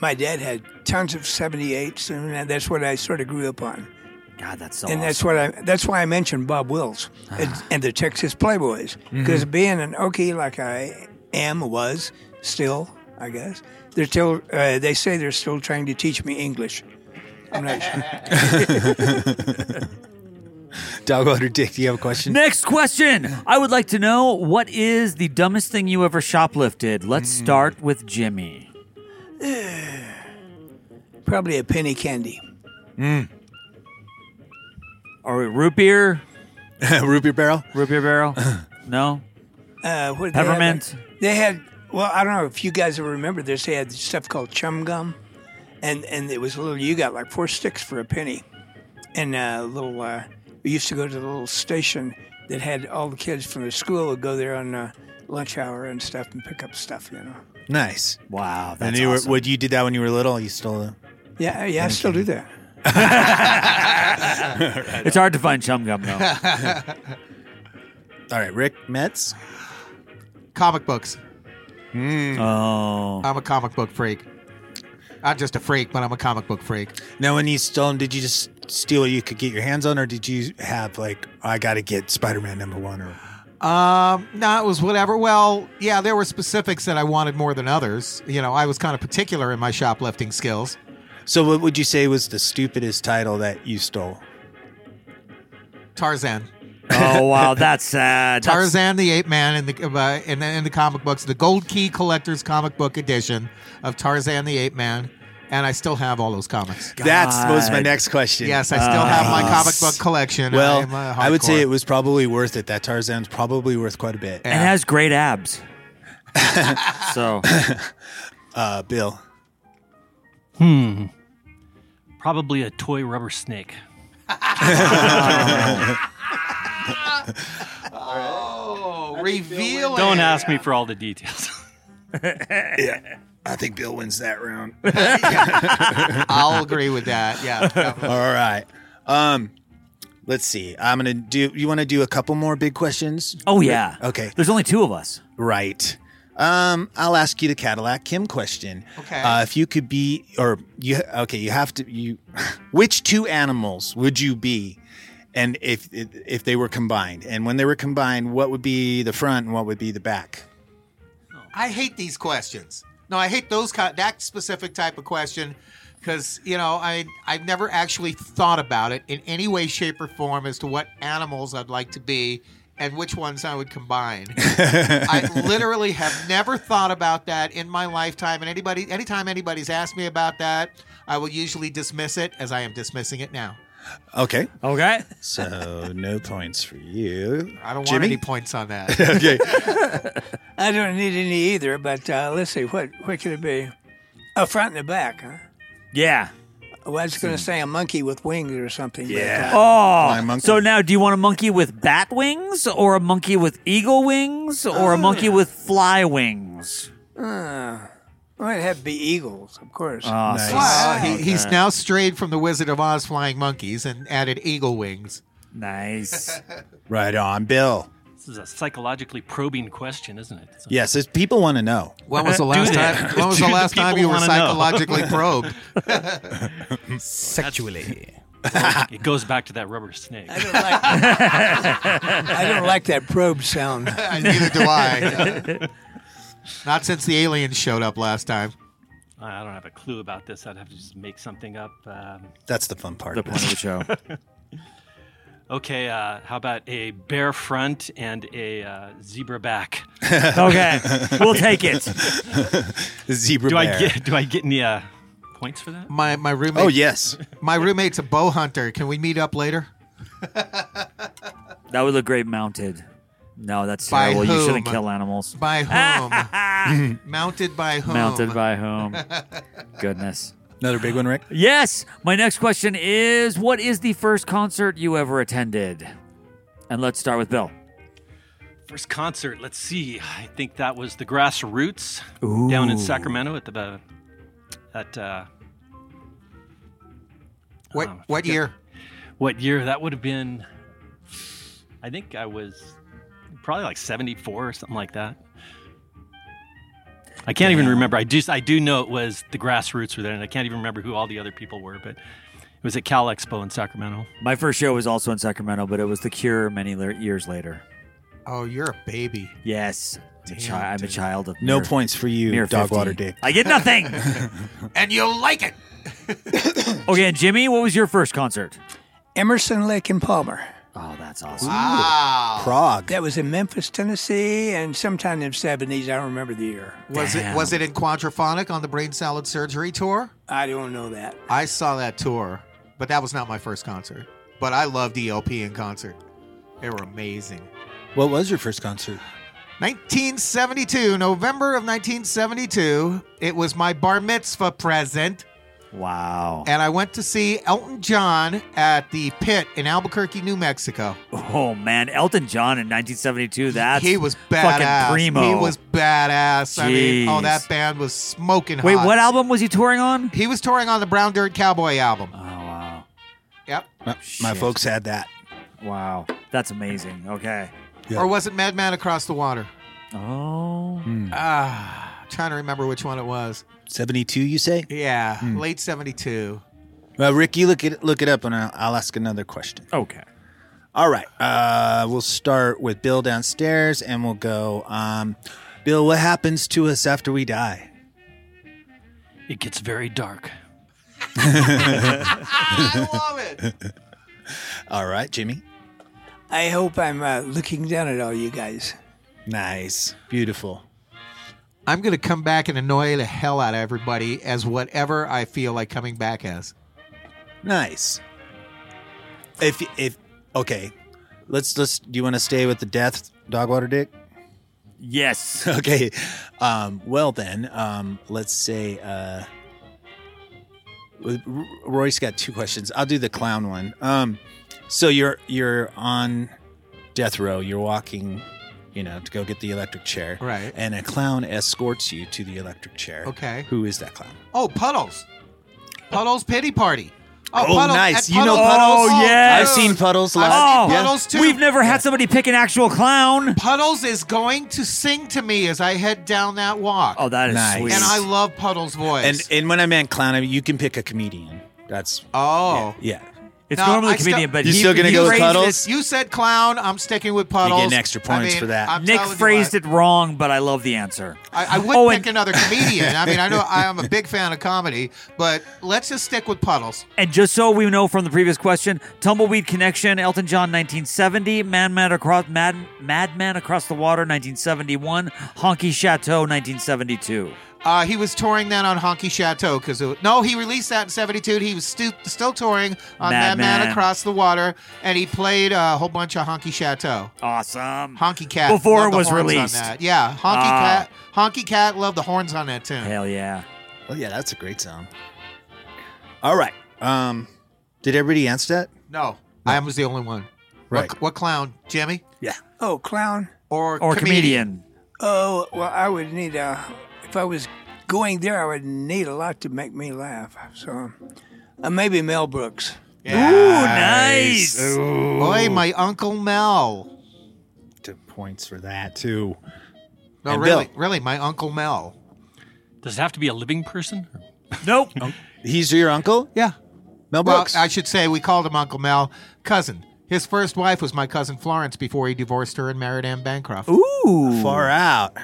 [SPEAKER 1] my dad had tons of 78s, and that's what I sort of grew up on.
[SPEAKER 8] God, that's so.
[SPEAKER 1] and that's
[SPEAKER 8] awesome.
[SPEAKER 1] what I. That's why I mentioned Bob Wills and, and the Texas Playboys, because being an Okie like I am, was still, I guess. They're still. Uh, they say they're still trying to teach me English. I'm not sure.
[SPEAKER 2] Dogwater Dick, do you have a question?
[SPEAKER 8] Next question. I would like to know what is the dumbest thing you ever shoplifted. Let's start with Jimmy.
[SPEAKER 1] Probably a penny candy.
[SPEAKER 8] Or root beer,
[SPEAKER 2] Root beer barrel?
[SPEAKER 8] root beer barrel. no,
[SPEAKER 1] Uh, what did
[SPEAKER 8] Peppermint.
[SPEAKER 1] They had, they had. Well, I don't know if you guys will remember this. They had stuff called chum gum, and and it was a little. You got like four sticks for a penny, and uh, a little. Uh, we used to go to the little station that had all the kids from the school would go there on uh, lunch hour and stuff and pick up stuff. You know.
[SPEAKER 2] Nice.
[SPEAKER 8] wow,
[SPEAKER 2] And
[SPEAKER 8] that's
[SPEAKER 2] you
[SPEAKER 8] awesome.
[SPEAKER 2] were, what you did that when you were little? You stole it?
[SPEAKER 1] Yeah, yeah, I still do that.
[SPEAKER 8] it's hard to find chum gum though.
[SPEAKER 2] All right, Rick Metz.
[SPEAKER 3] Comic books.
[SPEAKER 8] oh,
[SPEAKER 3] I'm a comic book freak. Not just a freak, but I'm a comic book freak.
[SPEAKER 2] Now, when you stole them, did you just steal what you could get your hands on, or did you have like, "Oh, I got to get Spider Man number one? Or
[SPEAKER 3] Um, no, it was whatever. Well, yeah, there were specifics that I wanted more than others. You know, I was kind of particular in my shoplifting skills.
[SPEAKER 2] so, what would you say was the stupidest title that you stole?
[SPEAKER 3] Tarzan,
[SPEAKER 8] oh wow, that's sad. That's-
[SPEAKER 3] Tarzan the Ape Man in the uh, in, the- in the comic books, the Gold Key Collector's comic book edition of Tarzan the Ape Man, and I still have all those comics.
[SPEAKER 2] That's That was my
[SPEAKER 8] God.
[SPEAKER 2] next question.
[SPEAKER 3] Yes, I still have my comic book collection.
[SPEAKER 2] Ah. Well,
[SPEAKER 3] I'm a
[SPEAKER 2] I would say
[SPEAKER 3] hardcore.
[SPEAKER 2] it was probably worth it. That Tarzan's probably worth quite a bit.
[SPEAKER 8] it
[SPEAKER 3] Yeah.
[SPEAKER 8] has great abs. so
[SPEAKER 2] Uh, Bill.
[SPEAKER 6] Hmm. Probably a toy rubber snake.
[SPEAKER 3] Oh, reveal.
[SPEAKER 6] Don't ask me for all the details.
[SPEAKER 2] I think Bill wins that round.
[SPEAKER 3] I'll agree with that. Yeah. definitely.
[SPEAKER 2] All right. Um, let's see. I'm gonna do. You want to do a couple more big questions?
[SPEAKER 8] Oh yeah.
[SPEAKER 2] Okay.
[SPEAKER 8] There's only two of us.
[SPEAKER 2] Right. Um, I'll ask you the Cadillac Kim question.
[SPEAKER 3] Okay.
[SPEAKER 2] Uh, if you could be, or you, okay, you have to. You, which two animals would you be, and if if they were combined, and when they were combined, what would be the front and what would be the back?
[SPEAKER 3] I hate these questions. No, I hate those ki- that specific type of question because you know I I've never actually thought about it in any way, shape, or form as to what animals I'd like to be and which ones I would combine. I literally have never thought about that in my lifetime. And anybody, anytime anybody's asked me about that, I will usually dismiss it as I am dismissing it now.
[SPEAKER 2] Okay.
[SPEAKER 8] Okay.
[SPEAKER 2] So no points for you.
[SPEAKER 3] I don't want
[SPEAKER 2] Jimmy?
[SPEAKER 3] any points on that.
[SPEAKER 2] okay.
[SPEAKER 1] I don't need any either. But uh, let's see, what what could it be? A front and a back, huh?
[SPEAKER 8] Yeah.
[SPEAKER 1] Well, I was going to say a monkey with wings or something. but,
[SPEAKER 2] Yeah.
[SPEAKER 1] uh,
[SPEAKER 2] My
[SPEAKER 8] Oh,
[SPEAKER 2] monkey.
[SPEAKER 8] so now do you want a monkey with bat wings, or a monkey with eagle wings, or
[SPEAKER 3] Oh,
[SPEAKER 8] a monkey with fly wings?
[SPEAKER 1] well, it'd have to be eagles, of course.
[SPEAKER 2] Nice.
[SPEAKER 3] Well, Uh, he, he's now strayed from the Wizard of Oz flying monkeys and added eagle wings.
[SPEAKER 8] Nice.
[SPEAKER 2] Right on, Bill.
[SPEAKER 6] This is a psychologically probing question, isn't it? It's a-
[SPEAKER 2] Yes, if people want to know.
[SPEAKER 3] When was the last
[SPEAKER 6] they?
[SPEAKER 3] time? When was the
[SPEAKER 6] Do the
[SPEAKER 3] last time
[SPEAKER 6] people
[SPEAKER 3] you were
[SPEAKER 6] wanna know?
[SPEAKER 3] psychologically probed?
[SPEAKER 6] sexually. it goes back to that rubber snake.
[SPEAKER 1] I don't like. I don't like that probe sound.
[SPEAKER 3] Neither do I. Not since the aliens showed up last time.
[SPEAKER 6] I don't have a clue about this. I'd have to just make something up. Um,
[SPEAKER 2] That's the fun part.
[SPEAKER 8] the point of the show.
[SPEAKER 6] okay, uh, how about a bear front and a uh, zebra back?
[SPEAKER 8] Okay, we'll take it.
[SPEAKER 2] Zebra
[SPEAKER 6] Do
[SPEAKER 2] bear.
[SPEAKER 6] I get do I get any uh, points for that?
[SPEAKER 3] My my roommate.
[SPEAKER 2] Oh yes.
[SPEAKER 3] My roommate's a bow hunter. Can we meet up later?
[SPEAKER 8] That would look great mounted. No, that's
[SPEAKER 3] By
[SPEAKER 8] terrible. You shouldn't
[SPEAKER 3] whom?
[SPEAKER 8] kill animals.
[SPEAKER 3] By whom? Mounted by whom?
[SPEAKER 8] Mounted by whom? Goodness.
[SPEAKER 2] Another big one, Rick.
[SPEAKER 8] Yes. My next question is: What is the first concert you ever attended? And let's start with Bill.
[SPEAKER 9] First concert, let's see. I think that was the Grassroots down in
[SPEAKER 12] Ooh.
[SPEAKER 9] Sacramento at the uh, at uh, um,
[SPEAKER 3] What what year?
[SPEAKER 9] what year that would have been. I think I was probably like seventy four or something like that. I can't even remember. I just I do know it was the Grassroots were there, and I can't even remember who all the other people were, but it was at Cal Expo in Sacramento.
[SPEAKER 8] My first show was also in Sacramento, but it was The Cure many le- years later.
[SPEAKER 3] Oh, you're a baby.
[SPEAKER 8] Yes. I'm a, chi- I'm a child of
[SPEAKER 2] No
[SPEAKER 8] mere-
[SPEAKER 2] points for you,
[SPEAKER 8] mere
[SPEAKER 2] Dogwater
[SPEAKER 8] 50.
[SPEAKER 2] Dick.
[SPEAKER 8] I get nothing.
[SPEAKER 3] and you'll like it.
[SPEAKER 8] okay, and Jimmy, what was your first concert?
[SPEAKER 12] Emerson, Lake, and Palmer.
[SPEAKER 8] Oh, that's awesome.
[SPEAKER 3] Wow.
[SPEAKER 2] Prague.
[SPEAKER 12] That was in Memphis, Tennessee, and sometime in the 70s. I don't remember the year.
[SPEAKER 3] Was it was it in Quadrophonic on the Brain Salad Surgery tour?
[SPEAKER 12] I don't know that.
[SPEAKER 3] I saw that tour, but that was not my first concert. But I loved ELP in concert. They were amazing.
[SPEAKER 2] What was your first concert?
[SPEAKER 3] 1972, November of 1972. It was my bar mitzvah present,
[SPEAKER 8] Wow.
[SPEAKER 3] and I went to see Elton John at the Pit in Albuquerque, New Mexico.
[SPEAKER 8] Oh man, Elton John in 1972. That's
[SPEAKER 3] he was
[SPEAKER 8] fucking
[SPEAKER 3] badass.
[SPEAKER 8] primo.
[SPEAKER 3] He was badass. I mean, oh,
[SPEAKER 8] Jeez.
[SPEAKER 3] that band was smoking
[SPEAKER 8] Wait,
[SPEAKER 3] hot.
[SPEAKER 8] what album was he touring on?
[SPEAKER 3] He was touring on the Brown Dirt Cowboy album.
[SPEAKER 8] Oh wow,
[SPEAKER 3] Yep.
[SPEAKER 2] My, my
[SPEAKER 8] Shit.
[SPEAKER 2] folks had that.
[SPEAKER 8] wow, that's amazing. Okay.
[SPEAKER 2] Yeah.
[SPEAKER 3] Or was it Madman Across the Water?
[SPEAKER 8] Oh,
[SPEAKER 3] Ah, trying to remember which one it was.
[SPEAKER 2] 72, you say?
[SPEAKER 3] Yeah,
[SPEAKER 8] Hmm.
[SPEAKER 3] late 72.
[SPEAKER 2] Well, Rick, you look it, look it up and I'll, I'll ask another question.
[SPEAKER 8] okay.
[SPEAKER 2] All right. Uh, we'll start with Bill downstairs and we'll go. Um, Bill, what happens to us after we die?
[SPEAKER 9] It gets very dark.
[SPEAKER 3] I love it.
[SPEAKER 2] All right, Jimmy.
[SPEAKER 12] I hope I'm uh, looking down at all you guys.
[SPEAKER 2] Nice. Beautiful.
[SPEAKER 3] I'm going to come back and annoy the hell out of everybody as whatever I feel like coming back as.
[SPEAKER 2] Nice. If if okay, let's let's. Do you want to stay with the death dog water dick?
[SPEAKER 8] Yes.
[SPEAKER 2] Okay. Um, well then, um, let's say uh, R- Roy's got two questions. I'll do the clown one. Um, so you're you're on death row. You're walking, you know, to go get the electric chair.
[SPEAKER 3] Right.
[SPEAKER 2] And a clown escorts you to the electric chair.
[SPEAKER 3] Okay.
[SPEAKER 2] Who is that clown?
[SPEAKER 3] Oh, Puddles. Puddles Pity Party.
[SPEAKER 2] Oh, nice. You know
[SPEAKER 8] Puddles. Oh, yes.
[SPEAKER 2] I've seen puddles.
[SPEAKER 3] I've
[SPEAKER 2] live.
[SPEAKER 8] Oh,
[SPEAKER 3] seen Puddles too.
[SPEAKER 8] we've never had somebody pick an actual clown.
[SPEAKER 3] Puddles is going to sing to me as I head down that walk.
[SPEAKER 8] Oh, that is
[SPEAKER 2] Nice.
[SPEAKER 8] sweet.
[SPEAKER 3] and I love Puddles' voice.
[SPEAKER 2] And and when I meant clown, I mean, you can pick a comedian. That's
[SPEAKER 3] oh.
[SPEAKER 2] yeah.
[SPEAKER 8] it's
[SPEAKER 3] No,
[SPEAKER 8] normally
[SPEAKER 3] I
[SPEAKER 8] a comedian,
[SPEAKER 3] still-
[SPEAKER 8] but
[SPEAKER 2] You
[SPEAKER 8] he,
[SPEAKER 2] still gonna
[SPEAKER 8] he
[SPEAKER 2] go with
[SPEAKER 8] phrased
[SPEAKER 2] Puddles?
[SPEAKER 3] You said clown. I'm sticking with Puddles.
[SPEAKER 2] an extra points for that.
[SPEAKER 8] it- Nick phrased it wrong, but I love the answer.
[SPEAKER 3] I, I would
[SPEAKER 8] Oh,
[SPEAKER 3] pick
[SPEAKER 8] and-
[SPEAKER 3] another comedian. I mean, I know I am a big fan of comedy, but let's just stick with Puddles.
[SPEAKER 8] And just so we know from the previous question, Tumbleweed Connection, Elton John, 1970, Madman Across Mad, Madman Across the Water, 1971, Honky Chateau, 1972.
[SPEAKER 3] Uh, he was touring then on Honky Chateau because no, he released that in '72. He was stu- still touring on
[SPEAKER 8] Mad
[SPEAKER 3] Madman
[SPEAKER 8] Man.
[SPEAKER 3] Across the Water, and he played a whole bunch of Honky Chateau,
[SPEAKER 8] Awesome.
[SPEAKER 3] Honky Cat
[SPEAKER 8] Before
[SPEAKER 3] Love
[SPEAKER 8] it
[SPEAKER 3] the
[SPEAKER 8] was
[SPEAKER 3] horns on
[SPEAKER 8] released.
[SPEAKER 3] that. Yeah, Honky
[SPEAKER 8] Ah.
[SPEAKER 3] Cat, Honky Cat, love the horns on that tune.
[SPEAKER 8] Hell yeah.
[SPEAKER 2] Oh yeah, that's a great sound. All right. Um, did everybody answer that?
[SPEAKER 3] No, I was the only one.
[SPEAKER 2] Right.
[SPEAKER 3] What, what clown, Jimmy
[SPEAKER 2] Yeah.
[SPEAKER 12] Oh, clown.
[SPEAKER 3] or
[SPEAKER 8] Or comedian.
[SPEAKER 12] Oh, well, I would need a. If I was going there, I would need a lot to make me laugh. So uh, maybe Mel Brooks.
[SPEAKER 8] Ooh, nice.
[SPEAKER 3] Boy, my Uncle Mel.
[SPEAKER 2] Two points for that too.
[SPEAKER 3] No,
[SPEAKER 2] And
[SPEAKER 3] really,
[SPEAKER 2] Bill.
[SPEAKER 3] really, my Uncle Mel.
[SPEAKER 9] Does it have to be a living person?
[SPEAKER 8] Nope.
[SPEAKER 2] He's your uncle,
[SPEAKER 3] Yeah.
[SPEAKER 2] Mel
[SPEAKER 3] Well,
[SPEAKER 2] Brooks.
[SPEAKER 3] I should say we called him Uncle Mel. Cousin. His first wife was my cousin Florence before he divorced her and married Anne Bancroft.
[SPEAKER 8] Ooh.
[SPEAKER 2] Far out.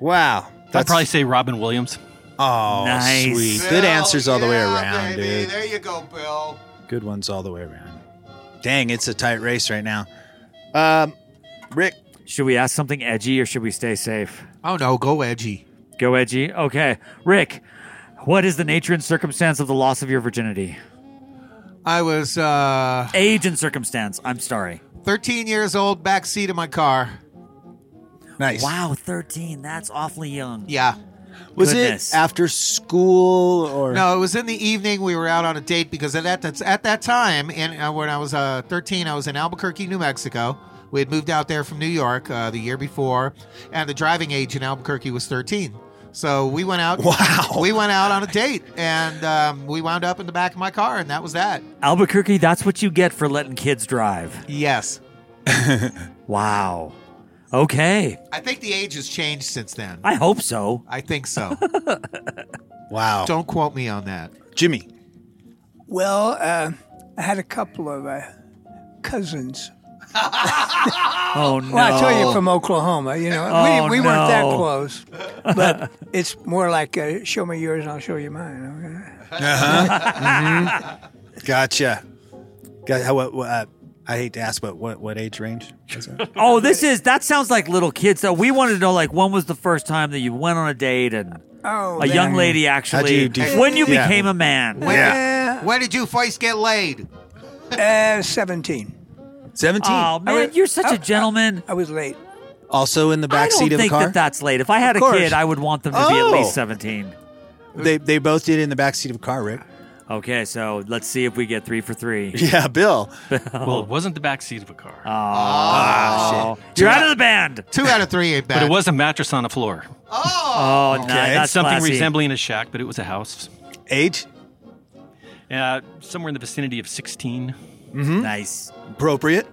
[SPEAKER 2] Wow.
[SPEAKER 9] I'd probably say Robin Williams.
[SPEAKER 2] oh
[SPEAKER 8] Nice.
[SPEAKER 2] sweet. Good answers all the way around, dude.
[SPEAKER 3] There you go, Bill.
[SPEAKER 2] Good ones all the way around. Dang, it's a tight race right now. Um, Rick.
[SPEAKER 8] Should we ask something edgy or should we stay safe?
[SPEAKER 3] Oh no, go edgy.
[SPEAKER 8] Go edgy. Okay. Rick, what is the nature and circumstance of the loss of your virginity?
[SPEAKER 3] I was uh,
[SPEAKER 8] Age and circumstance. I'm sorry.
[SPEAKER 3] 13 years old, back seat of my car.
[SPEAKER 2] Nice.
[SPEAKER 8] Wow, 13. That's awfully young.
[SPEAKER 3] Yeah.
[SPEAKER 2] Was
[SPEAKER 8] Goodness.
[SPEAKER 2] it after school or
[SPEAKER 3] No, it was in the evening. We were out on a date because at that that's- at that time, and uh, when I was uh, 13, I was in Albuquerque, New Mexico. We had moved out there from New York uh, the year before, and the driving age in Albuquerque was 13. So we went out.
[SPEAKER 2] Wow.
[SPEAKER 3] We went out on a date, and um, we wound up in the back of my car, and that was that.
[SPEAKER 8] Albuquerque, that's what you get for letting kids drive.
[SPEAKER 3] Yes.
[SPEAKER 8] wow. Okay.
[SPEAKER 3] I think the age has changed since then.
[SPEAKER 8] I hope so.
[SPEAKER 3] I think so.
[SPEAKER 2] wow.
[SPEAKER 3] Don't quote me on that.
[SPEAKER 2] Jimmy.
[SPEAKER 12] Well, uh, I had a couple of uh, cousins.
[SPEAKER 8] oh no!
[SPEAKER 12] Well, I tell you, from Oklahoma, you know,
[SPEAKER 8] Oh,
[SPEAKER 12] we, we weren't that
[SPEAKER 8] no.
[SPEAKER 12] close, but it's more like uh, show me yours and I'll show you mine. okay?
[SPEAKER 2] Uh-huh. Mhm. Gotcha. Got, how, what, what, uh, I hate to ask, but what, what age range? is that?
[SPEAKER 8] Oh, this is that sounds like little kids. So we wanted to know like when was the first time that you went on a date and
[SPEAKER 12] Oh,
[SPEAKER 8] a
[SPEAKER 12] that-
[SPEAKER 8] young lady
[SPEAKER 2] How'd
[SPEAKER 8] actually
[SPEAKER 2] you do-
[SPEAKER 8] when you
[SPEAKER 2] Yeah.
[SPEAKER 8] became a man.
[SPEAKER 3] When,
[SPEAKER 12] Yeah.
[SPEAKER 3] when did you first get laid?
[SPEAKER 12] Uh, Seventeen.
[SPEAKER 2] 17.
[SPEAKER 8] Oh
[SPEAKER 12] I
[SPEAKER 8] man,
[SPEAKER 12] was-
[SPEAKER 8] you're such
[SPEAKER 12] I-
[SPEAKER 8] a gentleman.
[SPEAKER 12] I was late.
[SPEAKER 2] also in the
[SPEAKER 8] I
[SPEAKER 2] back
[SPEAKER 8] don't
[SPEAKER 2] seat oh, of a
[SPEAKER 8] think
[SPEAKER 2] car?
[SPEAKER 8] that that's late. If I had a
[SPEAKER 2] Of course.
[SPEAKER 8] kid, I would want them to be at
[SPEAKER 2] Oh.
[SPEAKER 8] least 17.
[SPEAKER 2] they, they both did it in the back seat of a car, Rick.
[SPEAKER 8] Okay, so let's see if we get three for three.
[SPEAKER 2] Yeah, Bill.
[SPEAKER 9] Well, it wasn't the back seat of a car,
[SPEAKER 8] Uh,
[SPEAKER 2] Ah,
[SPEAKER 8] Oh, you're out of the band.
[SPEAKER 3] Two out of three ain't bad.
[SPEAKER 9] but it was a mattress on a floor.
[SPEAKER 8] Oh, no, that's
[SPEAKER 9] something
[SPEAKER 8] classy.
[SPEAKER 9] resembling a shack, but it was a house.
[SPEAKER 2] Age?
[SPEAKER 9] Uh, somewhere in the vicinity of 16.
[SPEAKER 8] Hmm? Nice.
[SPEAKER 2] Appropriate.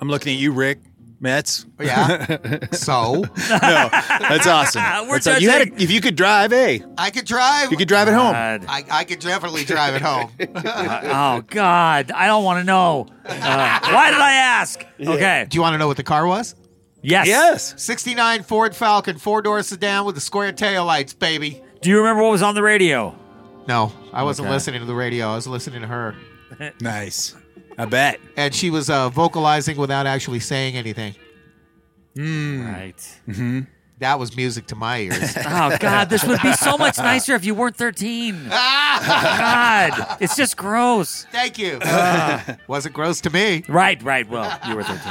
[SPEAKER 2] I'm looking at you, Rick. Mets.
[SPEAKER 3] Yeah. so
[SPEAKER 2] no, that's awesome.
[SPEAKER 8] We're
[SPEAKER 2] That's aw- you had
[SPEAKER 8] judging.
[SPEAKER 2] a, if you could drive, hey,
[SPEAKER 3] I could drive.
[SPEAKER 2] you could drive it home.
[SPEAKER 8] God.
[SPEAKER 3] I, I could definitely drive it home.
[SPEAKER 8] oh God, I don't want to know. Uh, why did I ask? Okay.
[SPEAKER 3] Do you want to know what the car was?
[SPEAKER 8] Yes.
[SPEAKER 2] Yes.
[SPEAKER 3] 69 Ford Falcon, four door sedan with the square taillights, baby.
[SPEAKER 8] Do you remember what was on the radio?
[SPEAKER 3] No, I wasn't
[SPEAKER 8] Okay.
[SPEAKER 3] listening to the radio. I was listening to her.
[SPEAKER 2] Nice. I bet.
[SPEAKER 3] And she was uh, vocalizing without actually saying anything.
[SPEAKER 2] Hmm.
[SPEAKER 8] Right.
[SPEAKER 3] That was music to my ears.
[SPEAKER 8] Oh God, this would be so much nicer if you weren't 13. God, it's just gross.
[SPEAKER 3] Thank you. Uh. wasn't gross to me.
[SPEAKER 8] Right, right. Well, you were 13.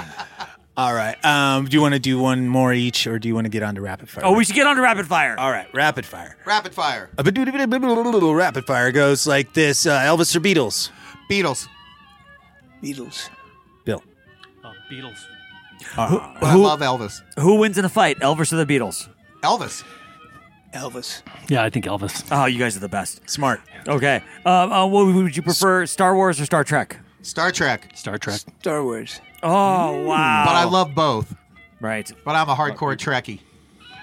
[SPEAKER 2] All right. Um, do you want to do one more each, or do you want to get on to rapid fire?
[SPEAKER 8] Oh, we should get on to rapid fire.
[SPEAKER 2] All right, rapid fire.
[SPEAKER 3] Rapid fire.
[SPEAKER 2] A ba-doo-doo-doo-doo-doo-doo-doo. Rapid fire goes like this: uh, Elvis or Beatles?
[SPEAKER 3] Beatles.
[SPEAKER 12] Beatles.
[SPEAKER 2] Bill.
[SPEAKER 9] Oh, Beatles.
[SPEAKER 2] Uh,
[SPEAKER 3] But I love Elvis.
[SPEAKER 8] Who wins in a fight, Elvis or the Beatles?
[SPEAKER 3] Elvis.
[SPEAKER 12] Elvis.
[SPEAKER 9] Yeah, I think Elvis.
[SPEAKER 8] Oh, you guys are the best.
[SPEAKER 2] smart.
[SPEAKER 8] Okay. Um, uh, what would you prefer, Star Wars or Star Trek?
[SPEAKER 3] Star Trek.
[SPEAKER 9] Star Trek.
[SPEAKER 12] Star Wars.
[SPEAKER 8] Oh
[SPEAKER 2] Hmm.
[SPEAKER 8] wow.
[SPEAKER 3] But I love both.
[SPEAKER 8] Right.
[SPEAKER 3] But I'm a hardcore Trekkie.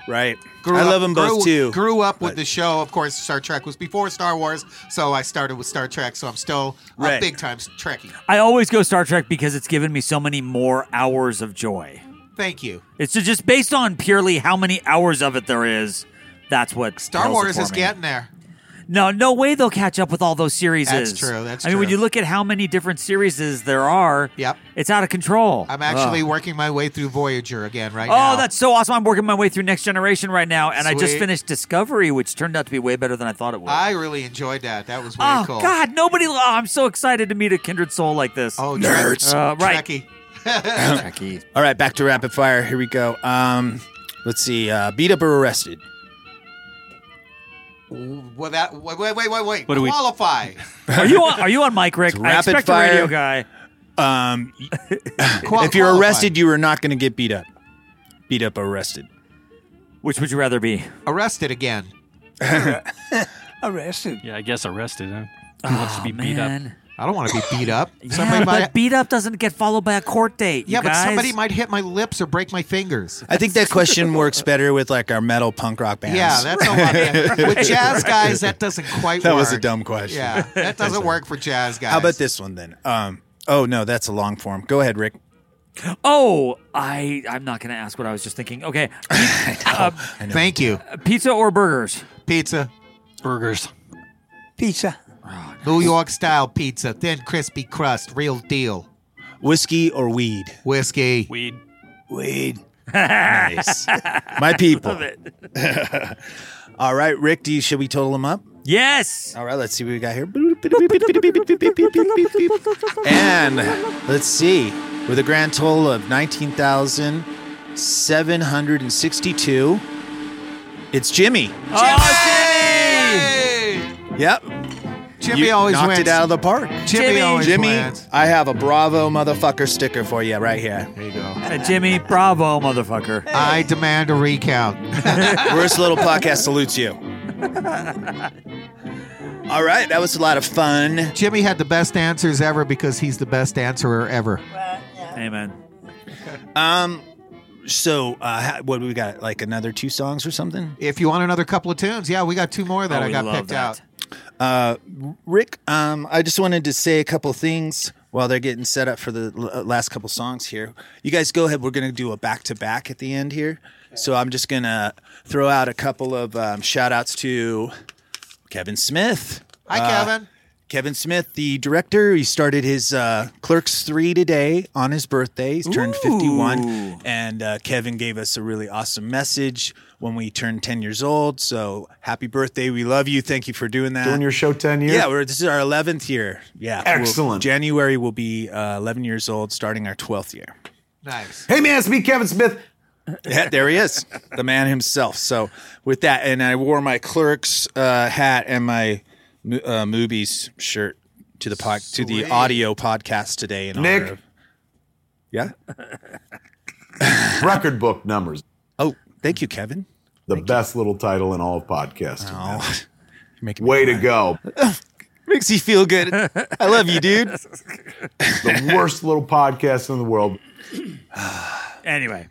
[SPEAKER 2] Right.
[SPEAKER 3] Grew
[SPEAKER 2] I
[SPEAKER 3] up-
[SPEAKER 2] love them both
[SPEAKER 3] grew-
[SPEAKER 2] too.
[SPEAKER 3] Grew up with
[SPEAKER 2] but-
[SPEAKER 3] the show. Of course, Star Trek was before Star Wars, so I started with Star Trek. So I'm still
[SPEAKER 2] Right.
[SPEAKER 3] a big time Trekkie.
[SPEAKER 8] I always go Star Trek because it's given me so many more hours of joy.
[SPEAKER 3] Thank you.
[SPEAKER 8] It's ju- just based on purely how many hours of it there is. That's what
[SPEAKER 3] Star
[SPEAKER 8] tells it
[SPEAKER 3] Wars
[SPEAKER 8] for
[SPEAKER 3] is
[SPEAKER 8] me.
[SPEAKER 3] getting there.
[SPEAKER 8] no, no way they'll catch up with all those series.
[SPEAKER 3] That's true, that's
[SPEAKER 8] I mean, when
[SPEAKER 3] true.
[SPEAKER 8] you look at how many different series there are,
[SPEAKER 3] Yep.
[SPEAKER 8] it's out of control.
[SPEAKER 3] I'm actually
[SPEAKER 8] Ugh.
[SPEAKER 3] working my way through Voyager again right
[SPEAKER 8] Oh,
[SPEAKER 3] now.
[SPEAKER 8] that's so awesome! I'm working my way through Next Generation right now, and I just
[SPEAKER 3] Sweet.
[SPEAKER 8] finished Discovery, which turned out to be way better than I thought it would.
[SPEAKER 3] I really enjoyed that. That was really
[SPEAKER 8] oh
[SPEAKER 3] cool.
[SPEAKER 8] God, nobody! Oh, I'm so excited to meet a kindred soul like this.
[SPEAKER 3] Oh,
[SPEAKER 2] Nerds.
[SPEAKER 8] Uh, right.
[SPEAKER 3] Trekkie.
[SPEAKER 8] Jackie.
[SPEAKER 2] All right, back to rapid fire. Here we go. Um, let's see. Uh, beat up or arrested?
[SPEAKER 3] Ooh, Well, that wait, wait, wait, wait, wait.
[SPEAKER 9] What do we-
[SPEAKER 3] Qualify,
[SPEAKER 8] Are you on, are you on mic, Rick?
[SPEAKER 2] It's
[SPEAKER 8] I
[SPEAKER 2] rapid
[SPEAKER 8] expect
[SPEAKER 2] fire.
[SPEAKER 8] a radio guy.
[SPEAKER 2] Um,
[SPEAKER 3] Qual-
[SPEAKER 2] if you're
[SPEAKER 3] qualify.
[SPEAKER 2] arrested, you are not going to get beat up. Beat up or arrested?
[SPEAKER 8] Which would you rather be?
[SPEAKER 3] arrested again.
[SPEAKER 12] Arrested.
[SPEAKER 9] Yeah, I guess arrested. Huh? Who wants to be
[SPEAKER 8] Oh,
[SPEAKER 9] beat up?
[SPEAKER 3] I don't want to be beat up.
[SPEAKER 8] yeah,
[SPEAKER 3] somebody
[SPEAKER 8] but
[SPEAKER 3] might,
[SPEAKER 8] beat up doesn't get followed by a court date. you
[SPEAKER 3] yeah, but
[SPEAKER 8] guys.
[SPEAKER 3] somebody might hit my lips or break my fingers.
[SPEAKER 2] I think that question works better with like our metal punk rock bands.
[SPEAKER 3] Yeah, that's a lot. man. With jazz guys, that doesn't quite.
[SPEAKER 2] That
[SPEAKER 3] work.
[SPEAKER 2] was a dumb question.
[SPEAKER 3] Yeah, that doesn't work for jazz guys.
[SPEAKER 2] How about this one then? Um, oh no, that's a long form. Go ahead, Rick.
[SPEAKER 8] Oh, I I'm not gonna ask what I was just thinking. Okay, uh,
[SPEAKER 3] Thank you.
[SPEAKER 8] pizza or burgers?
[SPEAKER 3] Pizza,
[SPEAKER 9] Burgers.
[SPEAKER 12] Pizza.
[SPEAKER 3] New York style pizza, thin, crispy crust, real deal.
[SPEAKER 2] Whiskey or weed?
[SPEAKER 3] Whiskey.
[SPEAKER 9] Weed.
[SPEAKER 12] Weed.
[SPEAKER 2] Nice, my people. All right, Rick. Do you, should we total them up?
[SPEAKER 8] Yes.
[SPEAKER 2] All right, let's see what we got here. And let's see, with a grand total of 19,762, it's Jimmy.
[SPEAKER 8] Oh, Jimmy!
[SPEAKER 2] Yep.
[SPEAKER 3] Oh. Jimmy
[SPEAKER 2] You
[SPEAKER 3] always
[SPEAKER 2] knocked
[SPEAKER 3] wins.
[SPEAKER 2] it out of the park.
[SPEAKER 3] Jimmy Jimmy. always
[SPEAKER 2] Jimmy,
[SPEAKER 3] wins.
[SPEAKER 2] I have a Bravo motherfucker sticker for you right here.
[SPEAKER 3] There you go.
[SPEAKER 8] Uh, Jimmy, bravo, motherfucker.
[SPEAKER 3] I demand a recount.
[SPEAKER 2] Worst little podcast salutes you. All right, that was a lot of fun.
[SPEAKER 3] Jimmy had the best answers ever because he's the best answerer ever.
[SPEAKER 8] Amen.
[SPEAKER 2] Um, so uh, ha- what do we got? Like another two songs or something?
[SPEAKER 3] If you want another couple of tunes, yeah, we got two more that
[SPEAKER 2] Oh,
[SPEAKER 3] I
[SPEAKER 2] we
[SPEAKER 3] got
[SPEAKER 2] love
[SPEAKER 3] picked
[SPEAKER 2] that.
[SPEAKER 3] out.
[SPEAKER 2] Uh, Rick, um, I just wanted to say a couple things while they're getting set up for the l- uh, last couple songs here. You guys go ahead. We're going to do a back to back at the end here. So I'm just going to throw out a couple of um, shout outs to Kevin Smith.
[SPEAKER 3] Hi,
[SPEAKER 2] Uh,
[SPEAKER 3] Kevin.
[SPEAKER 2] Kevin Smith, the director, he started his uh, Clerks 3 today on his birthday. He's turned 51. And uh, Kevin gave us a really awesome message when we turned 10 years old. So happy birthday. We love you. Thank you for doing that.
[SPEAKER 13] Doing your show 10 years?
[SPEAKER 2] Yeah, we're, this is our 11th year. Yeah. we'll-
[SPEAKER 13] Excellent.
[SPEAKER 2] January will be uh, 11 years old, starting our 12th year.
[SPEAKER 3] Nice.
[SPEAKER 13] Hey, man, it's me, Kevin Smith.
[SPEAKER 2] Yeah, there he is, the man himself. So with that, and I wore my clerk's uh, hat and my mo- uh, movies shirt to the pod, to the audio podcast today. In
[SPEAKER 13] Nick?
[SPEAKER 2] honor of- yeah,
[SPEAKER 13] Record book numbers.
[SPEAKER 2] Oh, thank you, Kevin.
[SPEAKER 13] The best little title in all of podcasting.
[SPEAKER 2] making
[SPEAKER 13] Way to go.
[SPEAKER 2] makes you feel good. I love you, dude.
[SPEAKER 13] the worst little podcast in the world.
[SPEAKER 8] Anyway,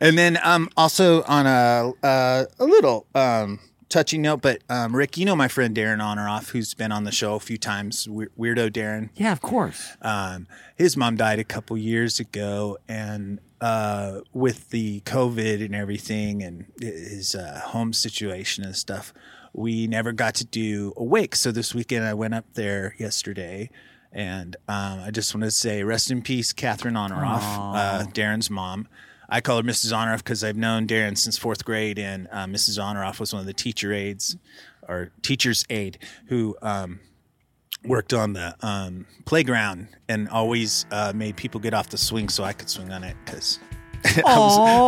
[SPEAKER 2] and then um, also on a uh, a little um, touching note, but um, Rick, you know my friend Darren Onaroff, who's been on the show a few times. Weir- Weirdo Darren.
[SPEAKER 8] Yeah, of course.
[SPEAKER 2] Um, his mom died a couple years ago, and uh, with the COVID and everything, and his uh, home situation and stuff, we never got to do a wake. So this weekend, I went up there yesterday, and um, I just want to say rest in peace, Catherine Onaroff, uh, Darren's mom. I call her Mrs. Onaroff because I've known Darren since fourth grade, and uh, Mrs. Onaroff was one of the teacher aides or teacher's aide who um, worked on the um, playground and always uh, made people get off the swing so I could swing on it because I
[SPEAKER 8] Aw.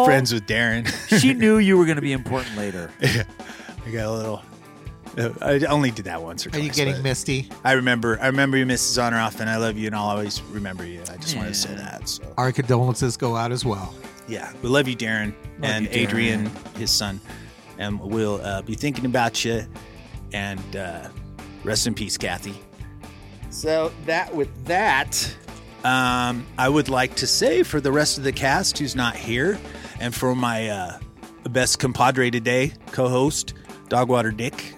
[SPEAKER 2] was friends with Darren.
[SPEAKER 8] she knew you were going to be important later.
[SPEAKER 2] I got a little. uh, I only did that once or
[SPEAKER 3] Are
[SPEAKER 2] twice.
[SPEAKER 3] you getting
[SPEAKER 2] but
[SPEAKER 3] misty?
[SPEAKER 2] I remember. I remember you, Mrs. Onaroff, and I love you, and I'll always remember you. I just wanted to say that. So
[SPEAKER 3] Our condolences go out as well.
[SPEAKER 2] yeah, we love you, Darren, and
[SPEAKER 3] you, Darren.
[SPEAKER 2] Adrian, his son, and we'll uh, be thinking about you. And uh, rest in peace, Kathy. So that with that, um, I would like to say for the rest of the cast who's not here, and for my uh, best compadre today, co-host Dogwater Dick,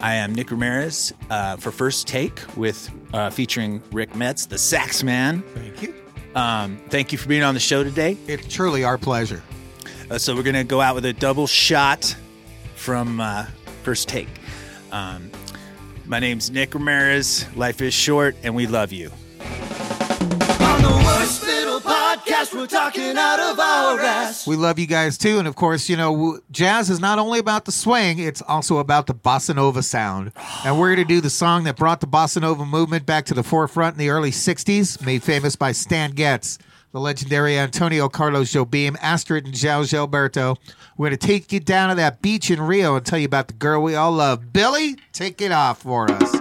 [SPEAKER 2] I am Nick Ramirez uh, for First Take with uh, featuring Rick Metz, the Sax Man. Thank
[SPEAKER 3] you.
[SPEAKER 2] Um, thank you for being on the show today.
[SPEAKER 3] It's truly our pleasure.
[SPEAKER 2] Uh, so we're gonna go out with a double shot from uh, First Take. Um, my name's Nick Ramirez. Life is short, and we love you.
[SPEAKER 7] On the worst little podcast, we're talking out of our ass.
[SPEAKER 3] We love you guys too. And of course, you know, w- jazz is not only about the swing, it's also about the bossa nova sound. And we're going to do the song that brought the bossa nova movement back to the forefront in the early 60s, made famous by Stan Getz, the legendary Antonio Carlos Jobim, Astrid and Zhao Gilberto. We're going to take you down to that beach in Rio and tell you about the girl we all love. Billy, take it off for us.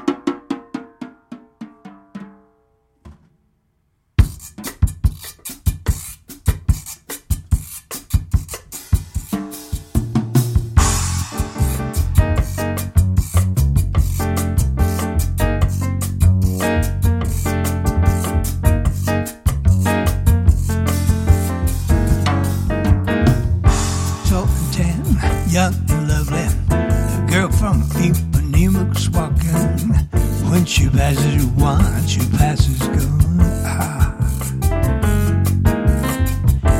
[SPEAKER 10] Talking tan, young and lovely. The girl from Ipanema was walking. When she passes one, she passes gone. Ah.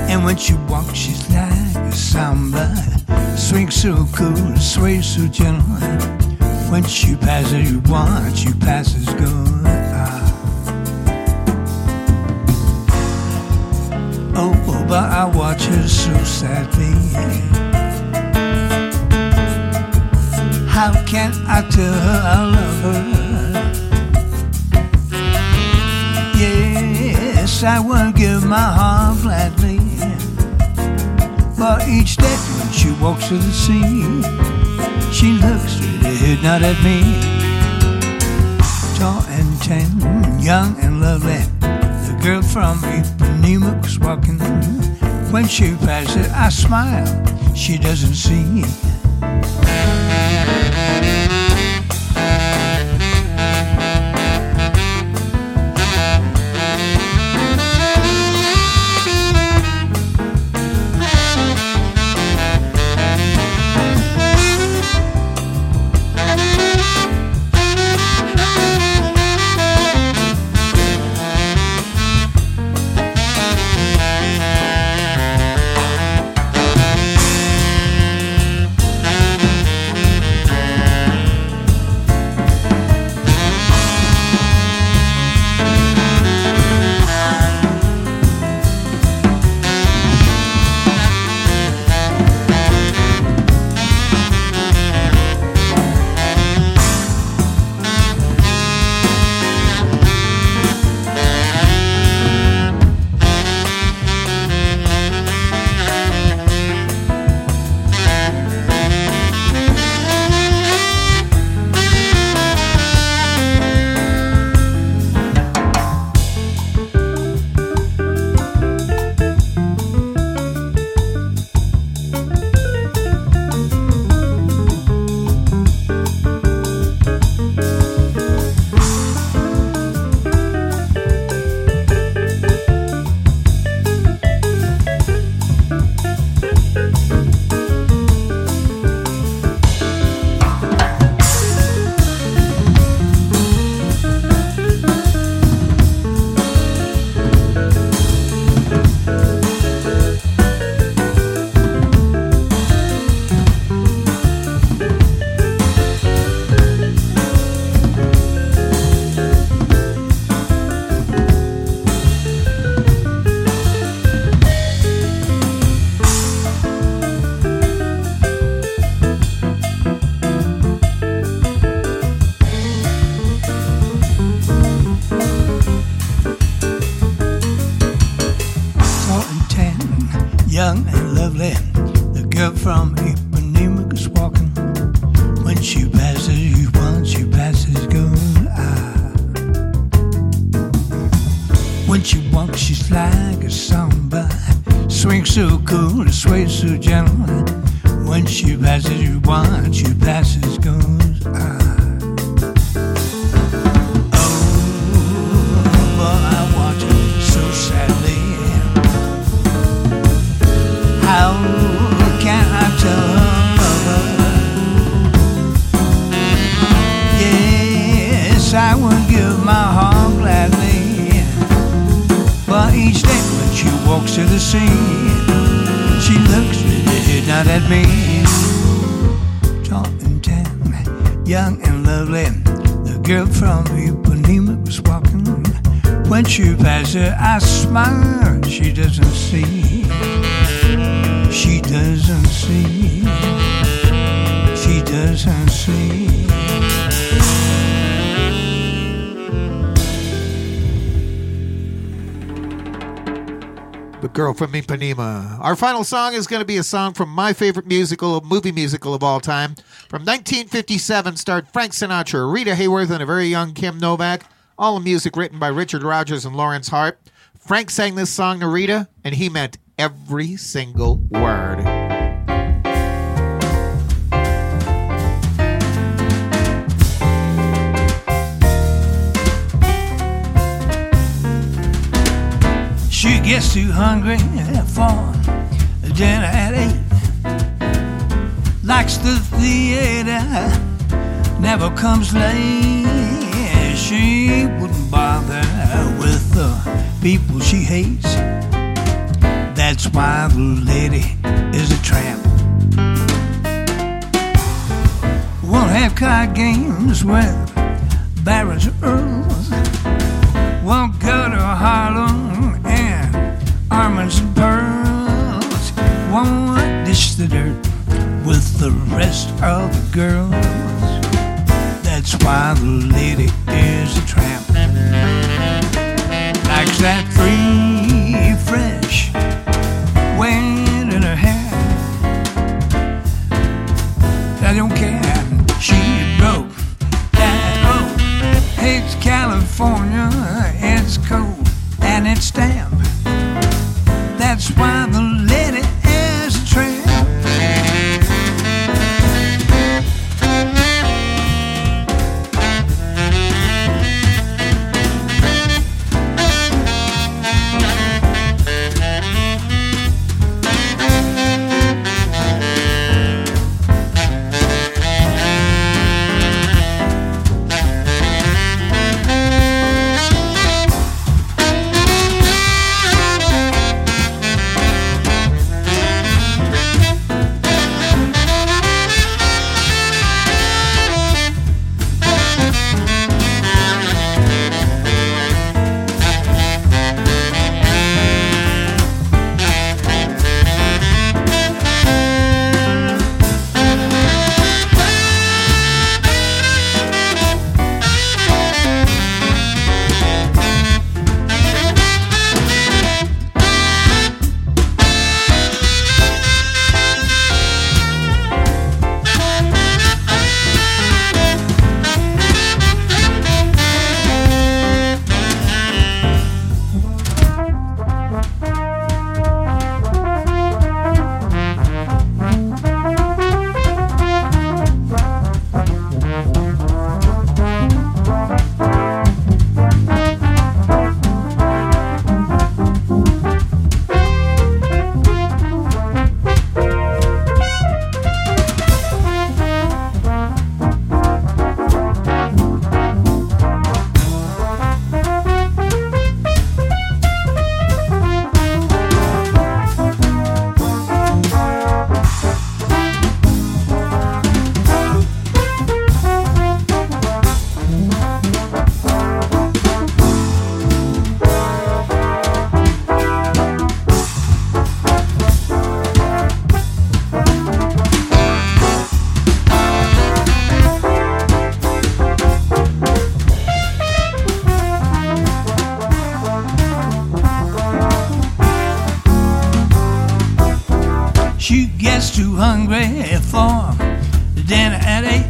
[SPEAKER 10] And when she walks, she's like a samba. Swings so cool, sways so gentle. When she passes one, she passes gone. Ah. Oh, oh, but I watch her so sadly. How can I tell her I love her? Yes, I would give my heart gladly. But each day when she walks to the sea, she looks straight ahead, not at me.
[SPEAKER 1] tall and tan, young and lovely. The girl from Ipanema was walking. When she passes, I smile. She doesn't see me. tall and tan, young and lovely. The girl from Ipanema is walking. When she passes you once, she passes going ah. When she walks, she's like a samba. Swings so cool, and sways so gentle. When she passes you once, she passes goes ah. Oh, boy, I watch her so sadly. How can I tell her? Yes, I would give my heart gladly. But each day when she walks to the sea, she looks really not at me. Tall and tan, young and lovely, the girl from Ipanema was walking. When she passes, I smile. She doesn't see. She doesn't see. She doesn't see.
[SPEAKER 3] The Girl from Ipanema. Our final song is going to be a song from my favorite musical, movie musical of all time, from 1957, starred Frank Sinatra, Rita Hayworth, and a very young Kim Novak. All the music written by Richard Rogers and Lawrence Hart. Frank sang this song to Rita, and he meant every single word.
[SPEAKER 1] She gets too hungry for dinner at eight. Likes the theater, never comes late. She wouldn't bother with the people she hates. That's why the lady is a tramp. Won't have card games with Barons and Earls. Won't go to Harlem and Armands and Pearls. Won't dish the dirt with the rest of the girls. That's why the lady is a tramp. Likes that free, fresh wind in her hair. I don't care. She broke that old hates California. It's cold and it's damp. That's why the lady is a tramp. She gets too hungry for dinner at eight.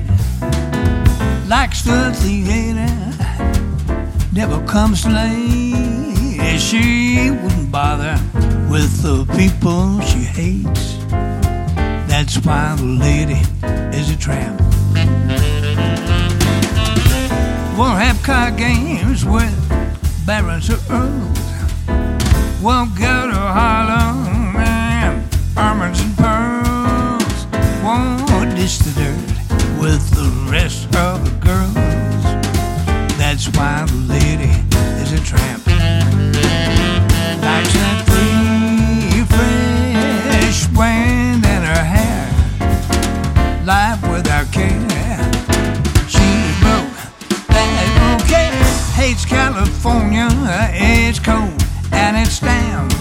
[SPEAKER 1] Likes the theater, never comes late. She wouldn't bother with the people she hates. That's why the lady is a tramp. Won't have card games with barons or earls. Won't go to Harlem and armors and pearls. Won't dish the dirt with the rest of the girls. That's why the lady is a tramp. Likes that free, fresh wind in her hair. Life without care. She's broke, that's okay. Hates California, it's cold and it's damp.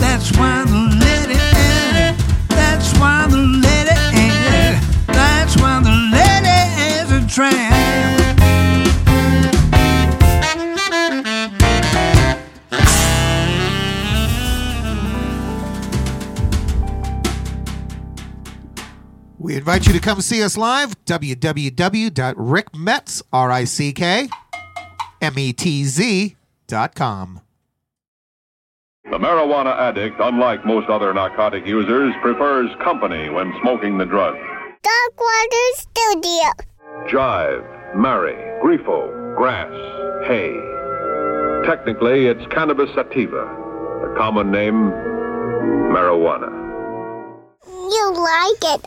[SPEAKER 1] That's why the lady is. That's why the lady is. That's why the lady is a tramp.
[SPEAKER 3] We invite you to come see us live. www.rickmetz, R I C K M E T Z dot com.
[SPEAKER 6] The marijuana addict, unlike most other narcotic users, prefers company when smoking the drug.
[SPEAKER 11] Dog Water Studio.
[SPEAKER 6] Jive, Mary, Grifo, Grass, Hay. Technically, it's cannabis sativa, the common name, marijuana.
[SPEAKER 11] You like it.